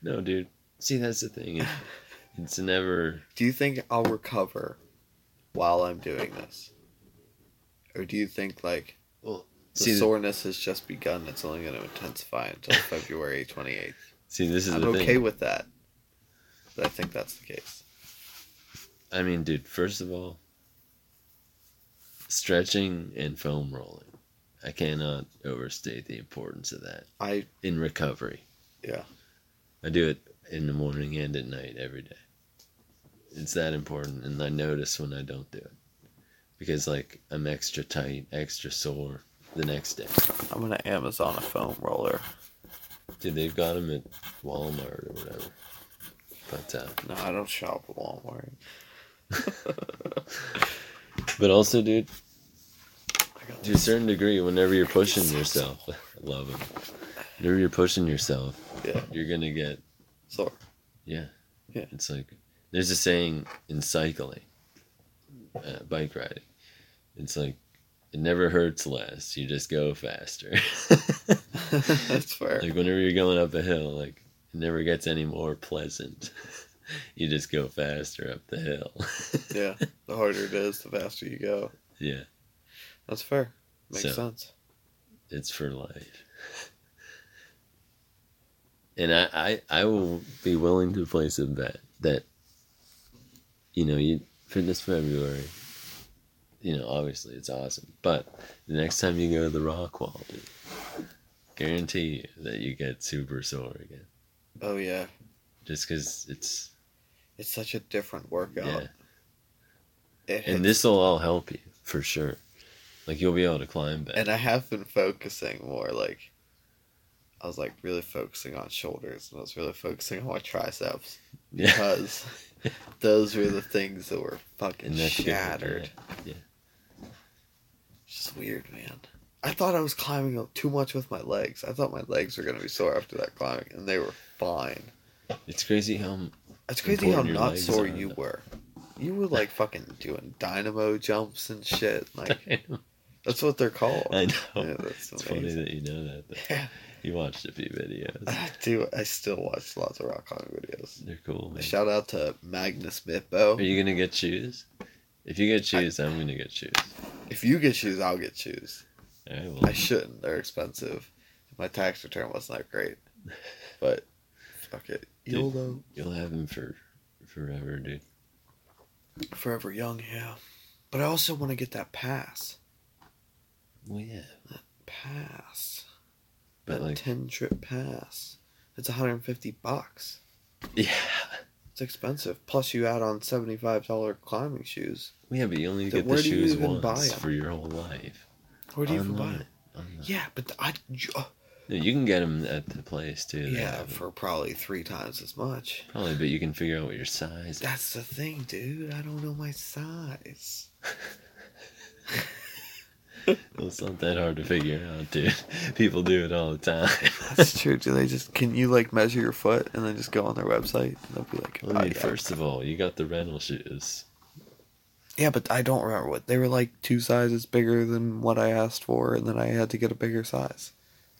No, dude. See, that's the thing. It, <laughs> it's never. Do you think I'll recover while I'm doing this? Or do you think like the See, th- soreness has just begun? It's only going to intensify until <laughs> February 28th. see, this is I'm the okay thing. with that. But I think that's the case. I mean, dude. First of all, stretching and foam rolling. I cannot overstate the importance of that I in recovery. yeah. I do it in the morning and at night every day. It's that important, and I notice when I don't do it because, like, I'm extra tight, extra sore the next day. I'm going to Amazon a foam roller. Dude, they've got them at Walmart or whatever. But uh, No, I don't shop at Walmart. but also, dude, I got to a certain degree, whenever you're pushing yourself, <laughs> I love them. Whenever you're pushing yourself, yeah. you're gonna get So <laughs> yeah. Yeah. It's like there's a saying in cycling, uh, bike riding. It's like it never hurts less. You just go faster. that's fair. like whenever you're going up a hill, like it never gets any more pleasant. <laughs> you just go faster up the hill. Yeah. The harder it is, the faster you go. <laughs> yeah. That's fair. Makes So- sense. it's for life. And I, I, I will be willing to place a bet that, you know, you fitness February, you know, obviously it's awesome. But the next time you go to the rock wall, dude, guarantee you that you get super sore again. Oh yeah, Just because it's, it's such a different workout. yeah. It And hits- this will all help you for sure. Like you'll be able to climb back. and I have been focusing more like I was like really focusing on shoulders and I was really focusing on my triceps <laughs> yeah. because those were the things that were fucking And that's a good one, shattered. yeah, It's just weird, man. I thought I was climbing up too much with my legs. I thought my legs were gonna be sore after that climbing, and they were fine. It's crazy how <laughs> It's crazy how Important your not legs sore are, you though. were. You were <laughs> like fucking doing dynamo jumps and shit. Like that's what they're called. I know. Yeah, that's it's funny amazing. that you know that. though. Yeah, <laughs> You watched a few <laughs> videos. I do. I still watch lots of rock climbing videos. They're cool. Man. Shout out to Magnus Are Mippo. you gonna get shoes? If you get shoes, I, am gonna get shoes. If you get shoes, I'll get shoes. All right, well, I shouldn't. They're expensive. My tax return wasn't that great, but fuck it. <laughs> Dude. YOLO. you'll have them for forever, dude. Forever young, yeah. But I also want to get that pass. Well, yeah, Pass. but that <laughs> like, ten trip pass. It's 150 bucks. yeah, It's expensive. Plus, you add on 75 dollar climbing shoes. well, yeah, but you only Then get where the do you shoes even once buy 'em? for your whole life. Where do you even buy Online. it? Online. Yeah, but I. you- oh, No, you can get them at the place too. They Yeah, have 'em. for probably three times as much. probably, but you can figure out what your size. is. That's the thing, dude. I don't know my size. It's not that hard to figure out, dude. <laughs> People do it all the time. That's <laughs> true. Do they just can you like measure your foot and then just go on their website and they'll be like, <laughs> Well, I oh, mean, yeah. first of all, you got the rental shoes. yeah, but I don't remember what they were like. Two sizes bigger than what I asked for, and then I had to get a bigger size.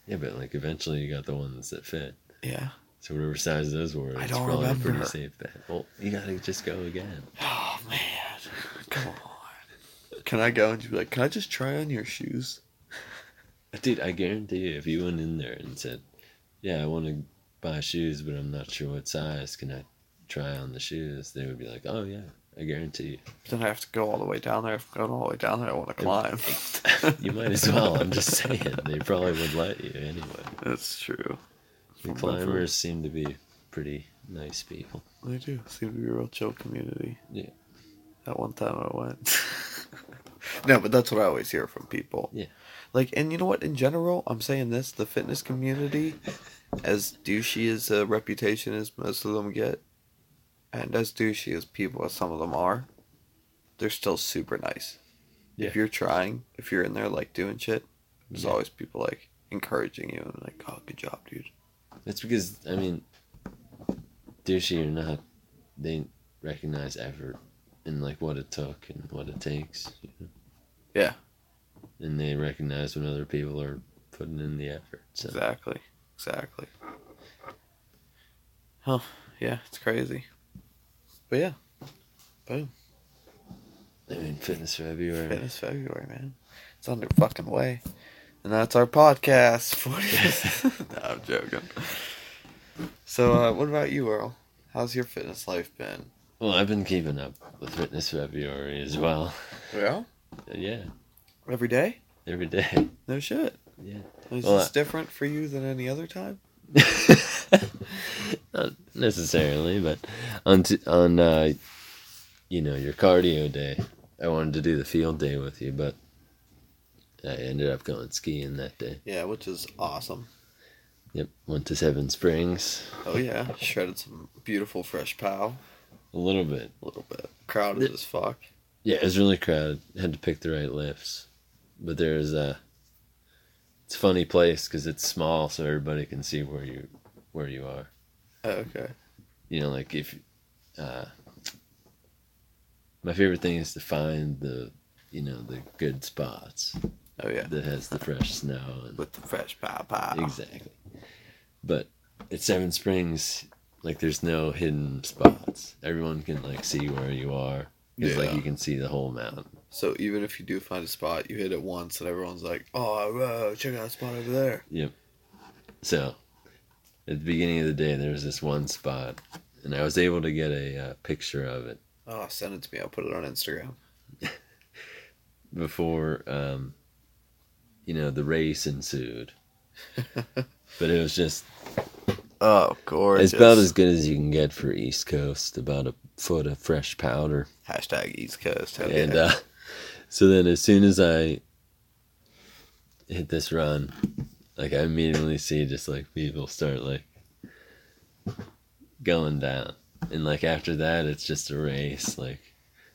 Yeah, but like eventually you got the ones that fit. Yeah. So whatever size those were, I it's don't probably a pretty remember. safe bet. Well, you gotta just go again. Oh man, come on. Can I go and just be like, can I just try on your shoes? Dude, I guarantee you, if you went in there and said, "Yeah, I want to buy shoes, but I'm not sure what size. Can I try on the shoes?" They would be like, "Oh yeah, I guarantee Then I have to go all the way down there. If I'm going all the way down there, I want to climb. <laughs> you. You might as well." I'm just saying, they probably would let you anyway. That's true. The climbers seem to be pretty nice people. They do seem to be a real chill community. Yeah. That one time I went. <laughs> no, but that's what I always hear from people. Yeah. Like, and you know what? In general, I'm saying this: the fitness <laughs> community, as douchey as a reputation as most of them get, and as douchey as people as some of them are, they're still super nice. Yeah. If you're trying, if you're in there like doing shit, there's Yeah. always people like encouraging you and like, "Oh, good job, dude." That's because I mean, douchey or not, they recognize effort and like what it took and what it takes. You know? Yeah. And they recognize when other people are putting in the effort. So Exactly. Exactly. Huh. Yeah, it's crazy. But yeah. Boom. I mean, fitness February. Fitness February, man. It's on their fucking way. And that's our podcast. <laughs> Forty- no, I'm joking. So, uh, what about you, Earl? How's your fitness life been? Well, I've been keeping up with fitness February as well. <laughs> Well, yeah, every day? every day. No shit. Yeah. Is Well, this I- different for you than any other time? <laughs> Not necessarily, but on t- on uh, you know your cardio day, I wanted to do the field day with you, but I ended up going skiing that day. Yeah, which is awesome. Yep, went to Seven Springs Oh, yeah. Shredded some beautiful fresh pow. a little bit. A little bit. Crowded as fuck. Yeah, it was really crowded. Had to pick the right lifts, but there's a it's a funny place because it's small, so everybody can see where you where you are. Oh, okay. you know, like if uh, my favorite thing is to find the you know the good spots Oh yeah. uh, that has the fresh snow and With the fresh pow pow. exactly. But at Seven Springs, like there's no hidden spots. Everyone can like see where you are. It's like Yeah. you can see the whole mountain. So even if you do find a spot, you hit it once, and everyone's like, "Oh, whoa, check out that spot over there." So at the beginning of the day, there was this one spot, and I was able to get a uh, picture of it. Oh, send it to me. I'll put it on Instagram. before um you know the race ensued but it was just Oh, gorgeous. it's about as good as you can get for east coast about a foot of fresh powder hashtag East Coast. hell and Oh, yeah. uh so then as soon as i hit this run like i immediately see just like people start like going down and like after that it's just a race like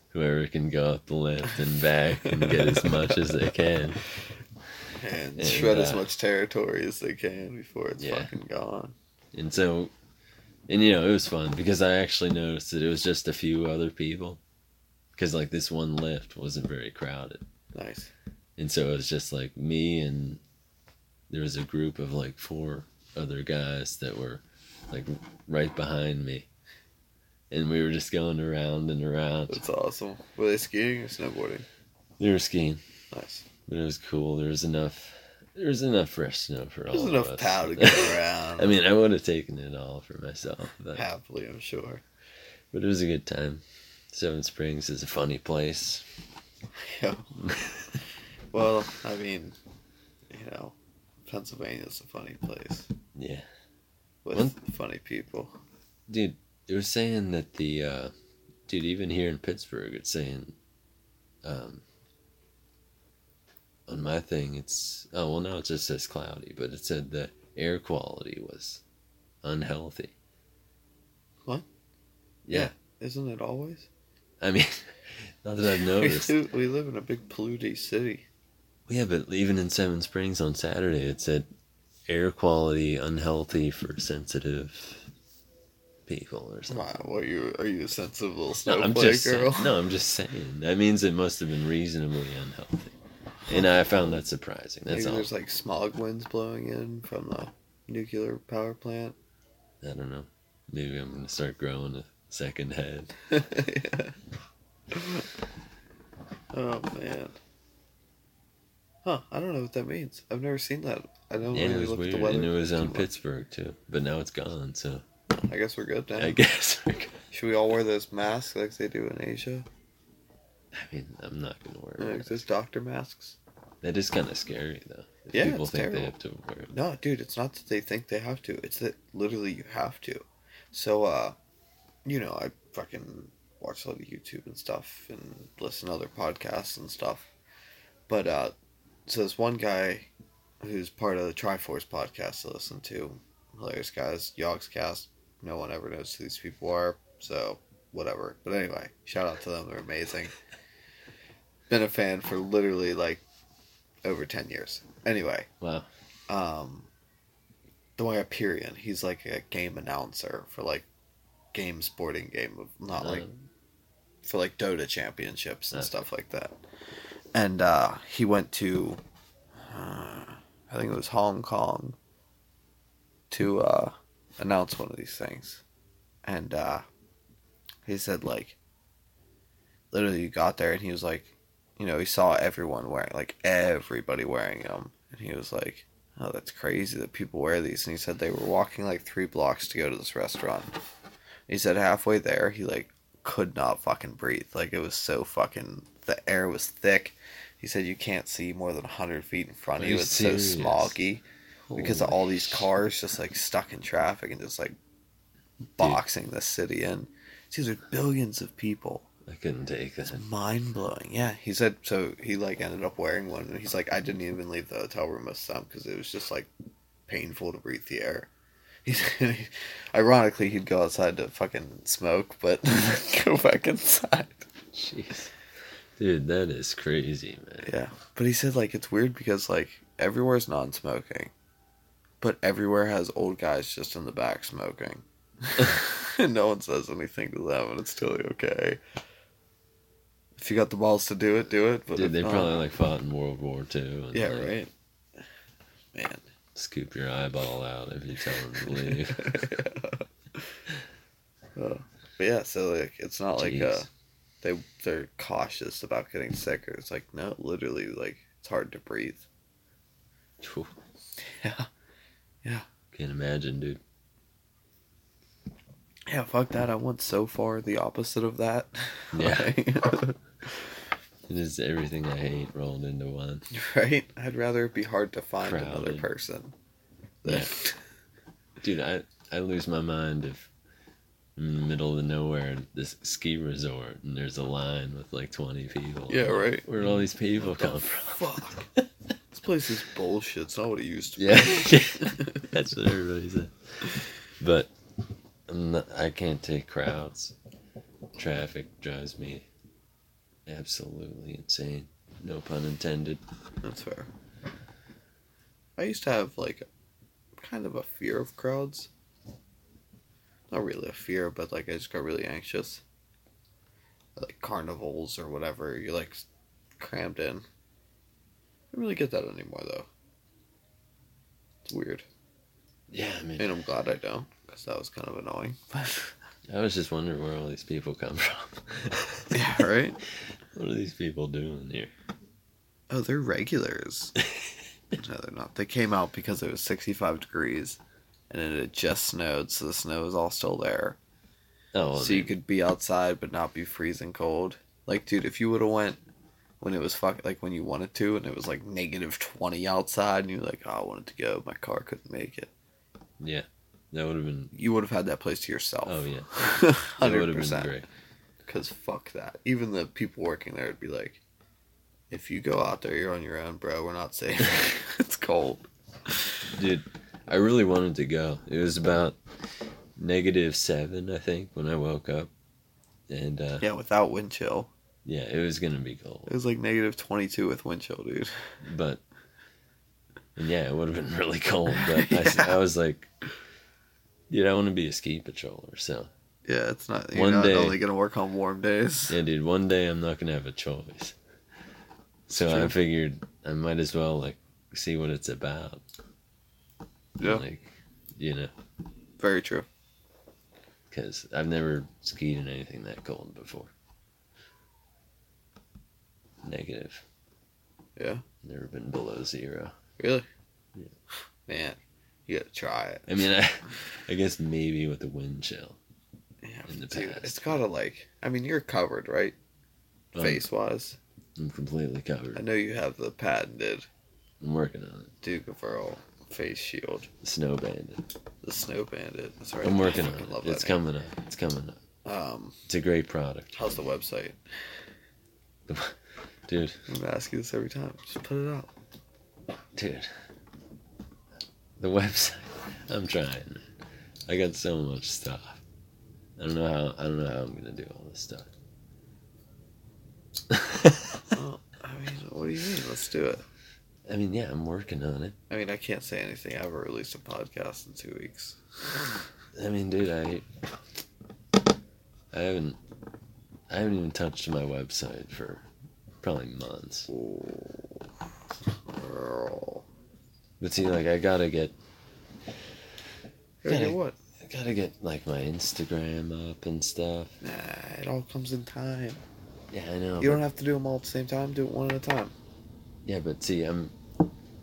whoever can go up the lift and back and get as much as they can <laughs> and, and, shred as uh, much territory as they can before it's Yeah. fucking gone. And so, and you know, it was fun because I actually noticed that it was just a few other people. Because, like, this one lift wasn't very crowded. Nice. And so it was just like me and there was a group of like four other guys that were like right behind me. And we were just going around and around. That's awesome. Were they skiing or snowboarding? They were skiing, Nice. but it was cool. There was enough. There was enough fresh snow for all. There's of enough us. pow <laughs> to go around. I mean, uh, I would have taken it all for myself, but happily, I'm sure. <laughs> But it was a good time. Seven Springs is a funny place. Yeah. <laughs> well, I mean, you know, Pennsylvania's a funny place. Yeah. with One- funny people. Dude, it was saying that the uh dude, even here in Pittsburgh it's saying um on my thing it's oh well now it just says cloudy, but it said the air quality was unhealthy. What? Yeah. Isn't it always? I mean <laughs> not that I've <laughs> We, noticed. do- we live in a big polluted city. yeah, but even in Seven Springs on Saturday it said air quality unhealthy for sensitive people or something. Wow, what you are you a sensitive little No, snowflake I'm just girl? <laughs> Saying, no, I'm just saying. That means it must have been reasonably unhealthy, and I found that surprising. That's Maybe all. there's like smog winds blowing in from the nuclear power plant. <laughs> I don't know. Maybe I'm gonna start growing a second head. Oh man. Huh? I don't know what that means. I've never seen that. I don't and it Oh, really was look weird. at the weather. And it was too on much. Pittsburgh too, but now it's gone. So I guess we're good now. I <laughs> guess. We're good. Should we all wear those masks like they do in Asia? I mean, I'm not gonna worry. Uh, about it. those doctor masks. That is kind of scary though. If Yeah, people it's think they terrible. have to wear it. No, dude, it's not that they think they have to. It's that literally you have to. So, uh, you know, I fucking watch a lot of YouTube and stuff and listen to other podcasts and stuff. But, uh, so this one guy who's part of the Triforce podcast I listen to, hilarious guys, Yogscast, no one ever knows who these people are, so whatever. But anyway, shout out to them, they're amazing. <laughs> Been a fan for literally like over 10 years. Anyway Wow. um, the way Hyperion, he's like a game announcer for like game sporting game, not like Uh, for like Dota championships and Okay. stuff like that. And uh, he went to, uh, I think it was Hong Kong, to uh, announce one of these things. And uh, he said, like, literally, he got there and he was like, you know, he saw everyone wearing, like, everybody wearing them. And he was like, oh, that's crazy that people wear these. And he said they were walking like three blocks to go to this restaurant. He said halfway there, he like could not fucking breathe. Like it was so fucking. The air was thick. He said you can't see more than hundred feet in front of Are you. you It's serious? so smoggy because of holy all these cars just like stuck in traffic and just like boxing the city in. See, there's billions of people. shit, I couldn't take that. Mind blowing. Yeah, he said. So he like ended up wearing one, and he's like, I didn't even leave the hotel room with some because it was just like painful to breathe the air. He's <laughs> ironically he'd go outside to fucking smoke, but <laughs> go back inside. <laughs> Jeez. Dude, that is crazy, man. Yeah, but he said like it's weird because like everywhere's non-smoking, but everywhere has old guys just in the back smoking, <laughs> and no one says anything to them, and it's totally okay. If you got the balls to do it, do it. But if Dude, they not- probably like fought in World War Two. And, yeah, like, right. Man, Scoop your eyeball out if you tell them to leave. Uh, but yeah, so like it's not like uh, Jeez. they they're cautious about getting sick, or it's like no, literally like it's hard to breathe. Phew. <laughs> Yeah. Yeah. Can't <laughs> imagine, dude. Yeah, fuck that. I went so far the opposite of that. <laughs> Yeah. It is everything I hate rolled into one. right? I'd rather it be hard to find another Crowded. person. than- <laughs> Dude, I, I lose my mind if I'm in the middle of nowhere at this ski resort and there's a line with like 20 people. Yeah, right. Where'd all these people come from? Fuck. <laughs> this place is bullshit. It's not what it used to be. <laughs> Yeah, <laughs> that's what everybody said. But I'm not, I can't take crowds. Traffic drives me absolutely insane. No pun intended. That's fair. I used to have, like, kind of a fear of crowds. Not really a fear, but, like, I just got really anxious. Like, carnivals or whatever. You're, like, crammed in. I don't really get that anymore, though. It's weird. Yeah, I mean, And I'm glad I don't, because that was kind of annoying. <laughs> I was just wondering where all these people come <laughs> from. <laughs> yeah, right? what are these people doing here? Oh, they're <laughs> regulars. no, they're not. They came out because it was 65 degrees and it had just snowed, so the snow was all still there. Oh, well, so you could be outside but not be freezing cold. Like, dude, if you would have went when it was fuck like when you wanted to and it was like negative 20 outside and you were like, oh, I wanted to go, my car couldn't make it. yeah, that would have been. You would have had that place to yourself. Oh <laughs> yeah, that would have 100%. been great. Because fuck that. Even the people working there would be like, if you go out there, you're on your own, bro. We're not safe. <laughs> it's cold. Dude, I really wanted to go. It was about negative seven, I think, when I woke up, and uh, Yeah, without wind chill. yeah, it was gonna be cold. It was like negative 22 with wind chill, dude. but and yeah, it would have been <laughs> really cold. But I s I I, Yeah. was like, dude, I want to be a ski patroller. So Yeah, it's not. You're One not day- only going to work on warm days. yeah, dude, one day I'm not gonna have a choice. So I True. figured I might as well like see what it's about. <laughs> Yeah, Like, you know, very true. because I've never skied in anything that cold before. Negative. Yeah. Never been below zero. Really? Man, you got to try it. I mean, <laughs> I, I guess maybe with the wind chill. Yeah, in the dude, past. it's got to like. I mean, you're covered, right? Um, Face wise. I'm completely I covered. know you have the patented I'm working on it. Duke of Earl face shield, Snow bandit. the Snow Bandit. That's right. I'm I working on fucking it. love It's that name. coming up. It's coming up. Um, It's a great product, how's the website? dude. I'm gonna ask you this every time. Just put it out. Dude, the website. <laughs> I'm trying. I got so much stuff. I don't know how. I don't know how I'm gonna do all this stuff. Well, Oh, I mean, what do you mean? Let's do it. <laughs> I mean, yeah, I'm working on it. I mean, I can't say anything. I haven't released a podcast in two weeks. I mean, dude, I. I haven't. I haven't even touched my website for probably months. Girl. But see, like, I gotta get. Gotta Yeah. get what? I gotta get like my Instagram up and stuff. Nah, it all comes in time. Yeah, I know. You don't but- have to do them all at the same time. Do it one at a time. Yeah, but see, I'm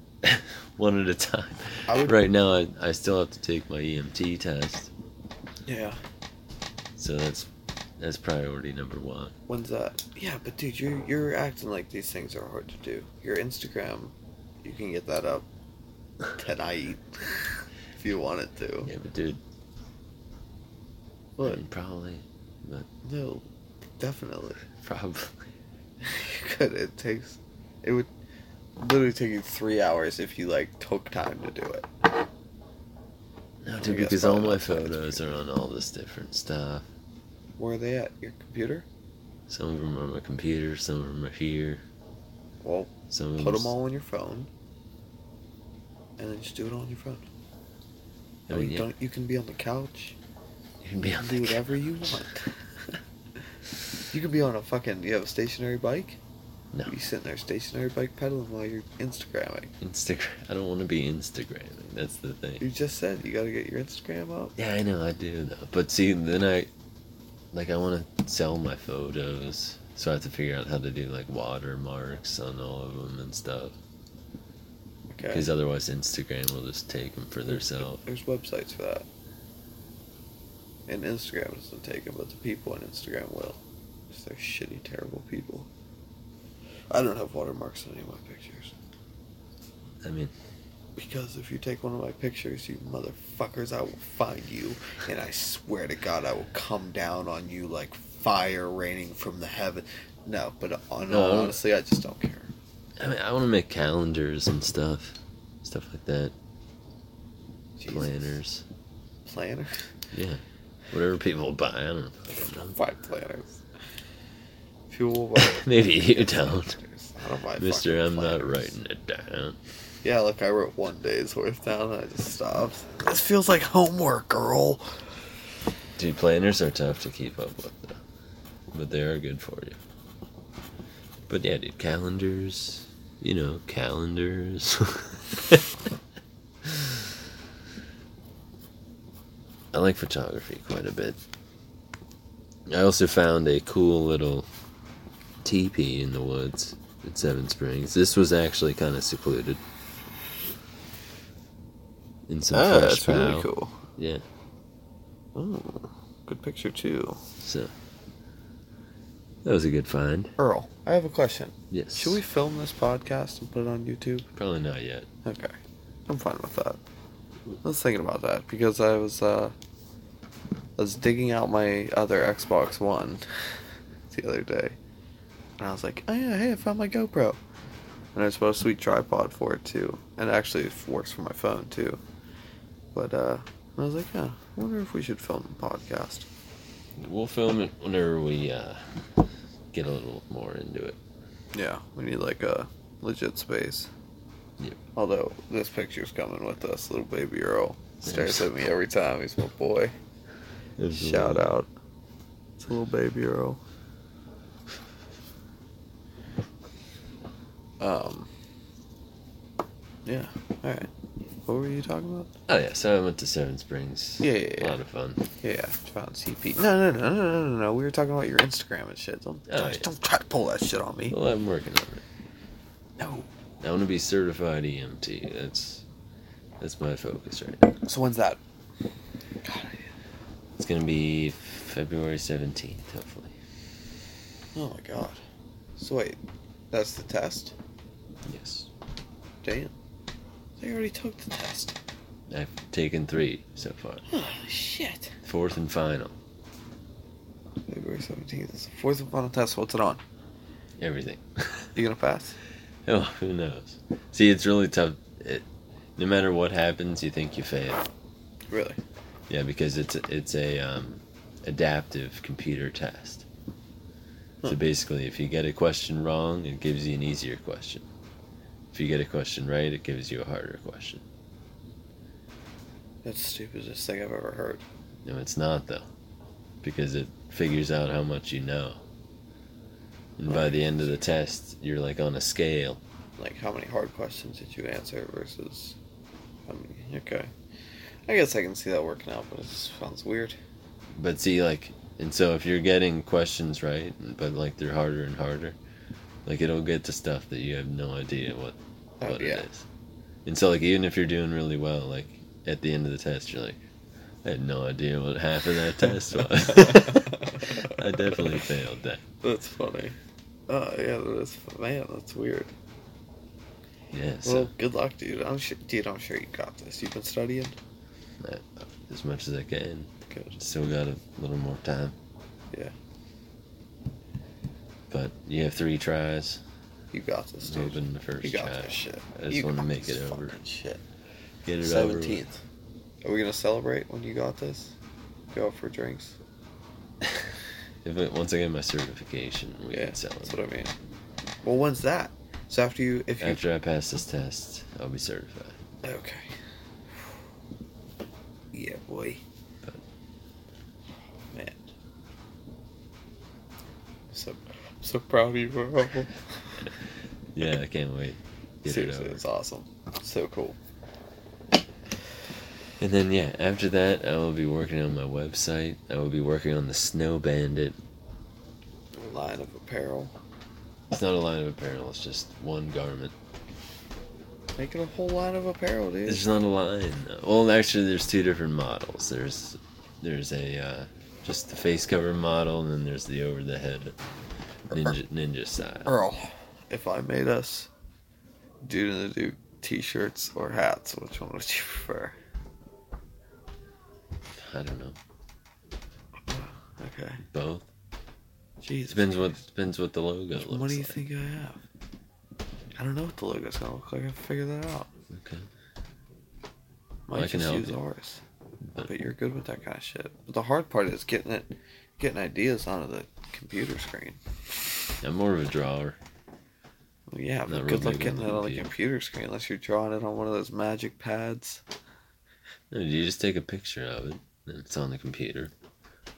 <laughs> one at a time. I would- Right now, I, I still have to take my EMT test, Yeah. so that's that's priority number one. When's that? Yeah, but dude, you're you're acting like these things are hard to do. Your Instagram, you can get that up tonight <laughs> if you wanted to. Yeah, but dude, I But mean, probably, <laughs> no, definitely. probably. <laughs> You could. It takes. It would literally take you three hours if you like took time to do it. No, I dude, guess because all probably my not that much photos are on all this different stuff. Where are they at? Your computer? Some of them are on my computer, some of them are here, Well, some of put them them. all on your phone, and then just do it on your phone. I Or you mean, Oh, yeah, you don't. You can be on the couch. can be You on can do the. whatever <laughs> you want. you could be on a fucking. You have a stationary bike. No, You sitting there stationary bike pedaling while you're Instagramming. Instagram. I don't want to be Instagramming. That's the thing. You just said you gotta get your Instagram up. Yeah, I know, I do though. But see, then I, like, I want to sell my photos, so I have to figure out how to do like watermarks on all of them and stuff. Okay. Because otherwise, Instagram will just take them for themselves. There's websites for that. And Instagram doesn't take them, but the people on Instagram will. Because they're shitty, terrible people. I don't have watermarks on any of my pictures. I mean, Because if you take one of my pictures, you motherfuckers, I will find you. And I swear to God, I will come down on you like fire raining from the heaven. No, but on, No. honestly, I just don't care. I mean, I want to make calendars and stuff, stuff like that, Jesus. planners. Planner? <laughs> Yeah, whatever people buy. I don't fucking know. <laughs> Buy planners. Fuel. buy- Maybe you Yes, don't. planners. I don't buy Mister, fucking I'm not planners. writing it down. Yeah, look, I wrote one day's worth down and I just stopped. This feels like homework, girl. Dude, planners are tough to keep up with, though. But they are good for you. But yeah, dude, calendars. You know, calendars. <laughs> I like photography quite a bit. I also found a cool little teepee in the woods at Seven Springs. This was actually kind of secluded. In some fresh bough. Ah, cool. Yeah. Oh, good picture, too. So that was a good find. Earl, I have a question. Yes. Should we film this podcast and put it on YouTube? Probably not yet. Okay. I'm fine with that. I was thinking about that because I was uh I was digging out my other Xbox One <laughs> the other day. And I was like, Oh yeah, hey, I found my GoPro. And there's supposed to be tripod for it too. And actually it works for my phone too. But uh I was like, yeah, I wonder if we should film a podcast. We'll film it whenever we uh, get a little more into it. Yeah. We need like a legit space. Yep. Although this picture's coming with us, little baby Earl. Stares at me every time, he's my boy. Shout out. It's a little baby Earl. Um. Yeah. All right. What were you talking about? Oh yeah, so I went to Seven Springs. Yeah, yeah, yeah. A lot of fun. Yeah, found CP. No, no, no, no, no, no, no. We were talking about your Instagram and shit. Don't, Oh, don't, yeah. Oh. don't try to pull that shit on me. Well, I'm working on it. No. I want to be certified EMT. That's that's my focus right now. So when's that? It's gonna be February 17th, hopefully. Oh my god. So wait, That's the test. Yes. Damn. They already took the test. I've taken three so far. Oh, shit. Fourth and final. February 17th. It's the fourth and final test. What's it on? Everything. You gonna pass? oh, who knows? See, it's really tough. It, no matter what happens, you think you fail. Really? Yeah, because it's it's a um, adaptive computer test. Huh. So basically, if you get a question wrong, it gives you an easier question. If you get a question right, it gives you a harder question. That's the stupidest thing I've ever heard. No, it's not though, because it figures out how much you know. And by the end of the test, you're like on a scale. Like, how many hard questions did you answer versus how many? Okay. I guess I can see that working out, but it just sounds weird. But see, like, and so if you're getting questions right, but like they're harder and harder, like it'll get to stuff that you have no idea what Oh, what yeah. it is. And so, like, even if you're doing really well, like at the end of the test, you're like, I had no idea what half of <laughs> that test was. <laughs> I definitely failed that. That's funny. Oh, yeah, that's, man, that's weird. Yeah. So Well, good luck, dude. I'm sure, dude, I'm sure you got this. You've been studying? as much as I can, Good. still got a little more time. Yeah. But you have three tries. You got this, I'm dude. hoping the first you got try. this shit. I just You wanna got make this it over. fucking Shit. Get it over with. Seventeenth. Are we gonna celebrate when you got this? Go out for drinks. If it, once I get my certification, we yeah, can sell that's it. what I mean. Well, when's that? So after you, if you After I pass this test, I'll be certified. okay. Yeah, boy. But- Man, so I'm so proud of you, bro. Yeah, I can't wait. Get Seriously, it over. it's awesome. So cool. And then yeah, after that, I will be working on my website. I will be working on the Snow Bandit. Line of apparel. It's not a line of apparel. It's just one garment. Making a whole line of apparel, dude. There's not a line. though. Well, actually, there's two different models. There's there's a uh, just the face cover model, and then there's the over the head ninja ninja style. Earl, if I made us Dude in the Duke t-shirts or hats, which one would you prefer? I don't know. Okay. Both Jeez. depends what depends what the logo looks What do you like. think I have? I don't know what the logo's gonna look like. I have to figure that out. Okay. Might I can just help use you. ours. But- But you're good with that kind of shit. But the hard part is getting it, getting ideas onto the computer screen. I'm more of a drawer. Well, yeah, but Not good really luck good getting on it on the computer. computer screen unless you're drawing it on one of those magic pads. No, you just take a picture of it, and it's on the computer.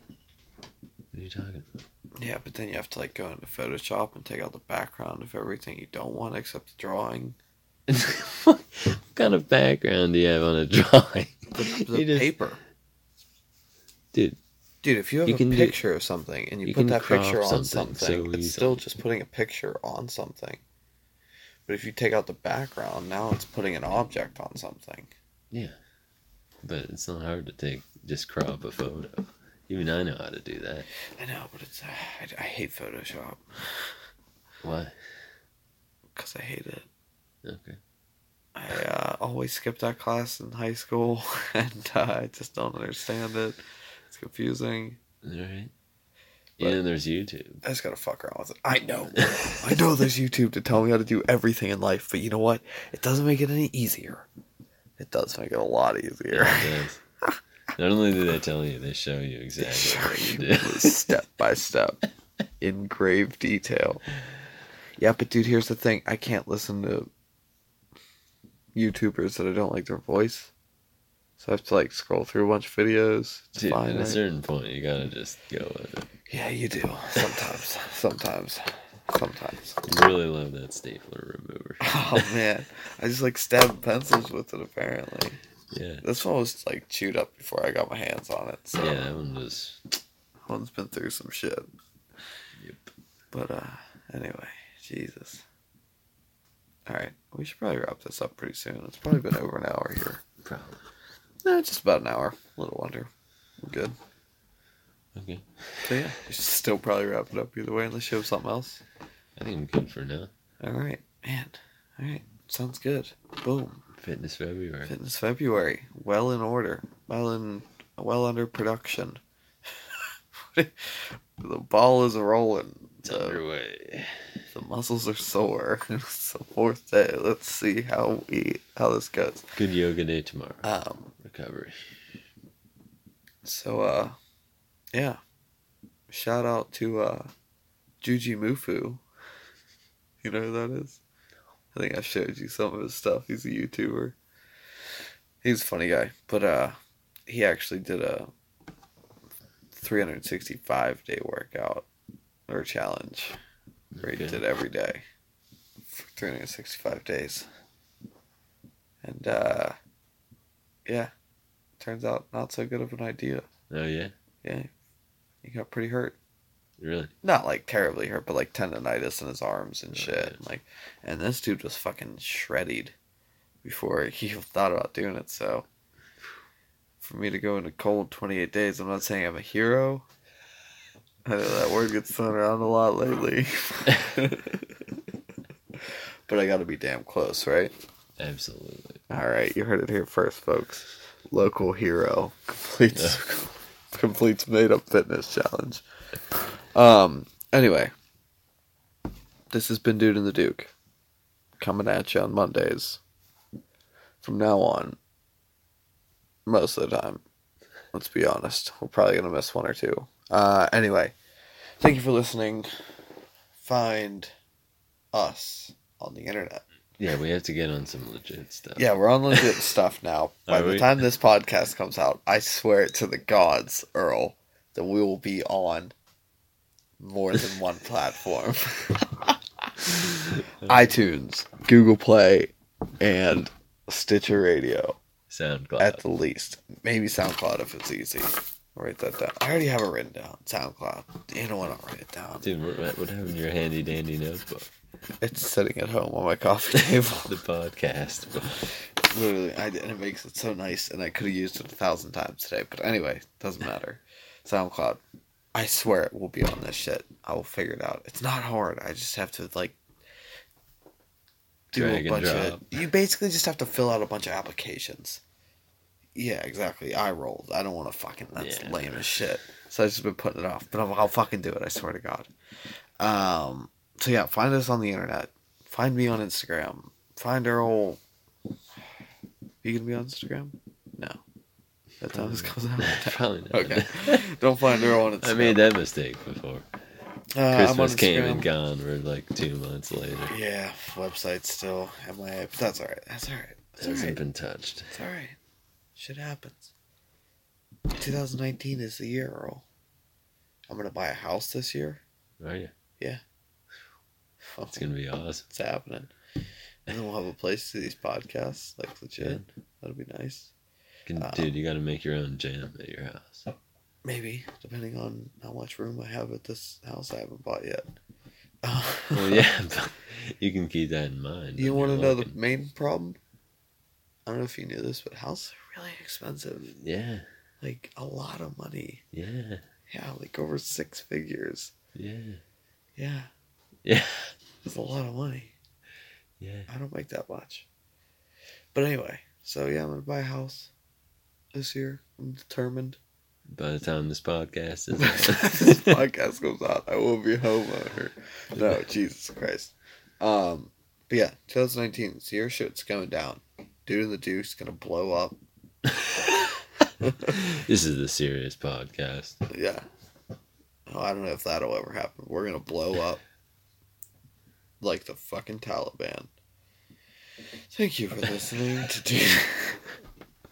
What are you talking? about? Yeah, but then you have to like go into Photoshop and take out the background of everything you don't want except the drawing. <laughs> what kind of background do you have on a drawing? <laughs> The, the <laughs> You just- paper, Dude, dude. If you have You a can do- picture of something and you, you put can that crop picture on something, something so it's easily. still just putting a picture on something. But if you take out the background, now it's putting an object on something. but it's not hard to take just crop a photo. Even I know how to do that. I know, but it's I, I hate Photoshop Why? because I hate it. Okay. I uh, always skipped that class in high school, <laughs> and uh, I just don't understand it. It's confusing. All right. But- And then there's YouTube. I just gotta fuck around with it. I <laughs> <laughs> know. I know there's YouTube to tell me how to do everything in life, but you know what? It doesn't make it any easier. It does make it a lot easier. It does. Not only do they tell you, they show you <laughs> exactly what you do. step by step, in grave detail. Yeah, but dude, here's the thing I can't listen to YouTubers that I don't like their voice. So I have to like scroll through a bunch of videos. to <laughs> Dude, find at a it. certain point, you gotta just go with it. Yeah, you do. Sometimes. Sometimes. Sometimes. I really love that stapler remover. Oh man, I just like stabbed pencils with it. Apparently, Yeah. this one was like chewed up before I got my hands on it. So Yeah, that one was. that one's been through some shit. Yep. But uh, anyway, Jesus. All right, we should probably wrap this up pretty soon. It's probably been over an hour here. Probably. No, just about an hour. Little wonder. We're good. Okay. So yeah, we should still probably wrap it up either way, unless you have something else. I think I'm good for now. All right, man. All right, sounds good. Boom. Fitness February. Fitness February. Well in order. Well in well under production. <laughs> the ball is rolling. It's The, underway. the muscles are sore. <laughs> it's the fourth day. Let's see how we how this goes. Good yoga day tomorrow. Um. Recovery. So uh, yeah. Shout out to uh, Juji Mufu. You know who that is? I think I showed you some of his stuff. He's a YouTuber. He's a funny guy, but uh, he actually did a 365 day workout or challenge where he Okay. did every day for 365 days. And uh, yeah, turns out not so good of an idea. Oh yeah, Yeah, he got pretty hurt really? not like terribly hurt, but like tendonitis in his arms and shit. Right. Like, and this dude was fucking shredded before he <laughs> even thought about doing it. So, for me to go into cold twenty eight days, I'm not saying I'm a hero. I know that word gets thrown around a lot lately, <laughs> but I got to be damn close, right? Absolutely. All right, you heard it here first, folks. Local hero completes <laughs> completes made up fitness challenge. Um. Anyway, this has been Dude and the Duke coming at you on Mondays. From now on, most of the time, let's be honest, we're probably gonna miss one or two. Uh. Anyway, thank you for listening. Find us on the internet. Yeah, we have to get on some legit stuff. Yeah, we're on <laughs> legit stuff now. By Are the we? time this podcast comes out, I swear it to the gods, Earl, that we will be on more than <laughs> one platform. <laughs> iTunes, Google Play, and Stitcher Radio SoundCloud. at the least. Maybe SoundCloud if it's easy. I'll write that down. I already have it written down. SoundCloud. You know what? I'll write it down. Dude, what, what happened to your handy dandy notebook? It's sitting at home on my coffee <laughs> table. The podcast. <laughs> Literally, I did, and it makes it so nice, and I could have used it a thousand times today. But anyway, doesn't matter. SoundCloud, I swear it will be on this shit. I will figure it out. It's not hard. I just have to like do Drag a and bunch drop. of. You basically just have to fill out a bunch of applications. Yeah, exactly. I rolled. I don't want to fucking. That's Yeah. lame as shit. So I've just been putting it off, but I'll, I'll fucking do it. I swear to God. Um. So yeah, find us on the internet. Find me on Instagram. Find Earl you gonna be on Instagram? No. That time this comes out. <laughs> Probably not. Okay. Don't find her on Instagram. I made that mistake before. Uh, I'm on Christmas came Instagram. and gone. We're like two months later. Yeah, website still MIA, but that's all right. That's all right. That's all hasn't right. been touched. It's all right. Shit happens. 2019 is the year, Earl. I'm gonna buy a house this year. Are you? Oh, It's gonna be awesome. it's happening. And then we'll have a place to these podcasts, like legit. That'll be nice. Can, Uh, dude, you gotta make your own jam at your <laughs> house. Maybe, depending on how much room I have at this house I haven't bought yet. <laughs> Well, yeah, <laughs> but you can keep that in mind. You when want to know you're the looking. main problem? I don't know if you knew this, but houses are really expensive. Yeah, Like a lot of money. yeah, Yeah, like over six figures. yeah, <laughs> Yeah, yeah, it's a lot of money. yeah. I don't make that much. But anyway, so yeah, I'm gonna buy a house this year. I'm determined. By the time this podcast <laughs> When is <laughs> this podcast goes out, I will be a homeowner. No, Jesus Christ. Um, but yeah, 2019, is the year shit's going down. Dude and the Duke's gonna blow up. <laughs> this is the serious podcast. Yeah. Oh, I don't know if that'll ever happen. We're gonna blow up like the fucking Taliban. Thank you for listening to do. <laughs>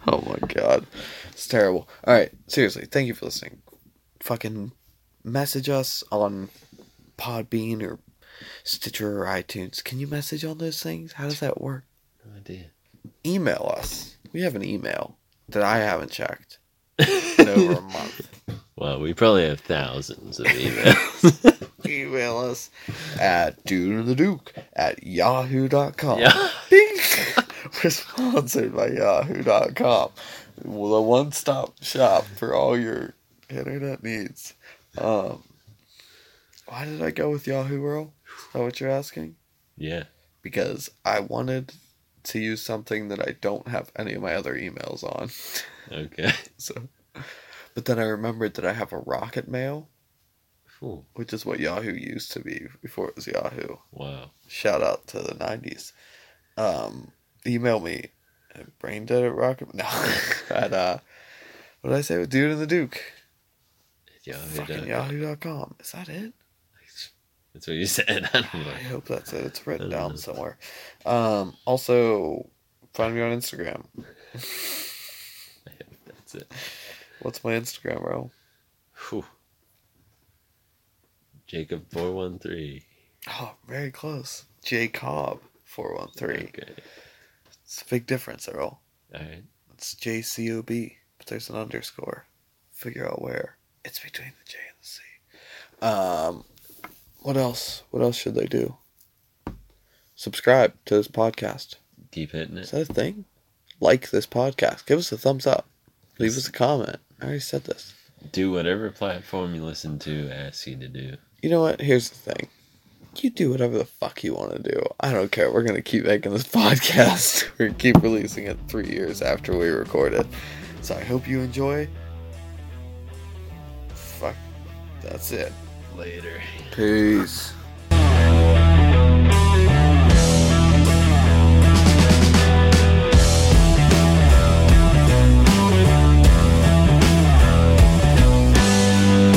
oh my god, it's terrible. All right, seriously, thank you for listening. Fucking message us on Podbean or Stitcher or iTunes. Can you message on those things? How does that work? No idea. Email us. We have an email that I haven't checked in over a month. Well, we probably have thousands <laughs> of emails. email us at dude and the duke at yahoo.com <laughs> yeah. Ding! we're sponsored by yahoo.com the one-stop shop for all your internet needs um why did i go with yahoo Earl? is that what you're asking Yeah. because I wanted to use something that I don't have any of my other emails on. <laughs> Okay. So, but then I remembered that I have a Rocket Mail, Cool. which is what Yahoo used to be before it was Yahoo. Wow. Shout out to the '90s. Um, email me, at braindead at Rocket. No, <laughs> at uh, what did I say? With Dude and the Duke. Yahoo. Fucking dot- Yahoo.com. Is that it? That's what you said. <laughs> I don't know. I hope that's it. It's written I don't down know. somewhere. Um, also, find me on Instagram. That's it. What's my Instagram, bro? Whew. Jacob four one three. Oh, very close. J Cobb four one three. Okay. It's a big difference, Earl. All right. It's J C O B, but there's an underscore. Figure out where. It's between the J and the C. Um, what else? What else should they do? Subscribe to this podcast. Keep hitting Is it. that a thing? Like this podcast. Give us a thumbs up. Leave us a comment. I already said this. Do whatever platform you listen to asks you to do. You know what? Here's the thing. You do whatever the fuck you want to do. I don't care. We're going to keep making this <laughs> podcast. <laughs> We're going to keep releasing it three years after we record it. So I hope you enjoy. Fuck. That's it. Later. Peace.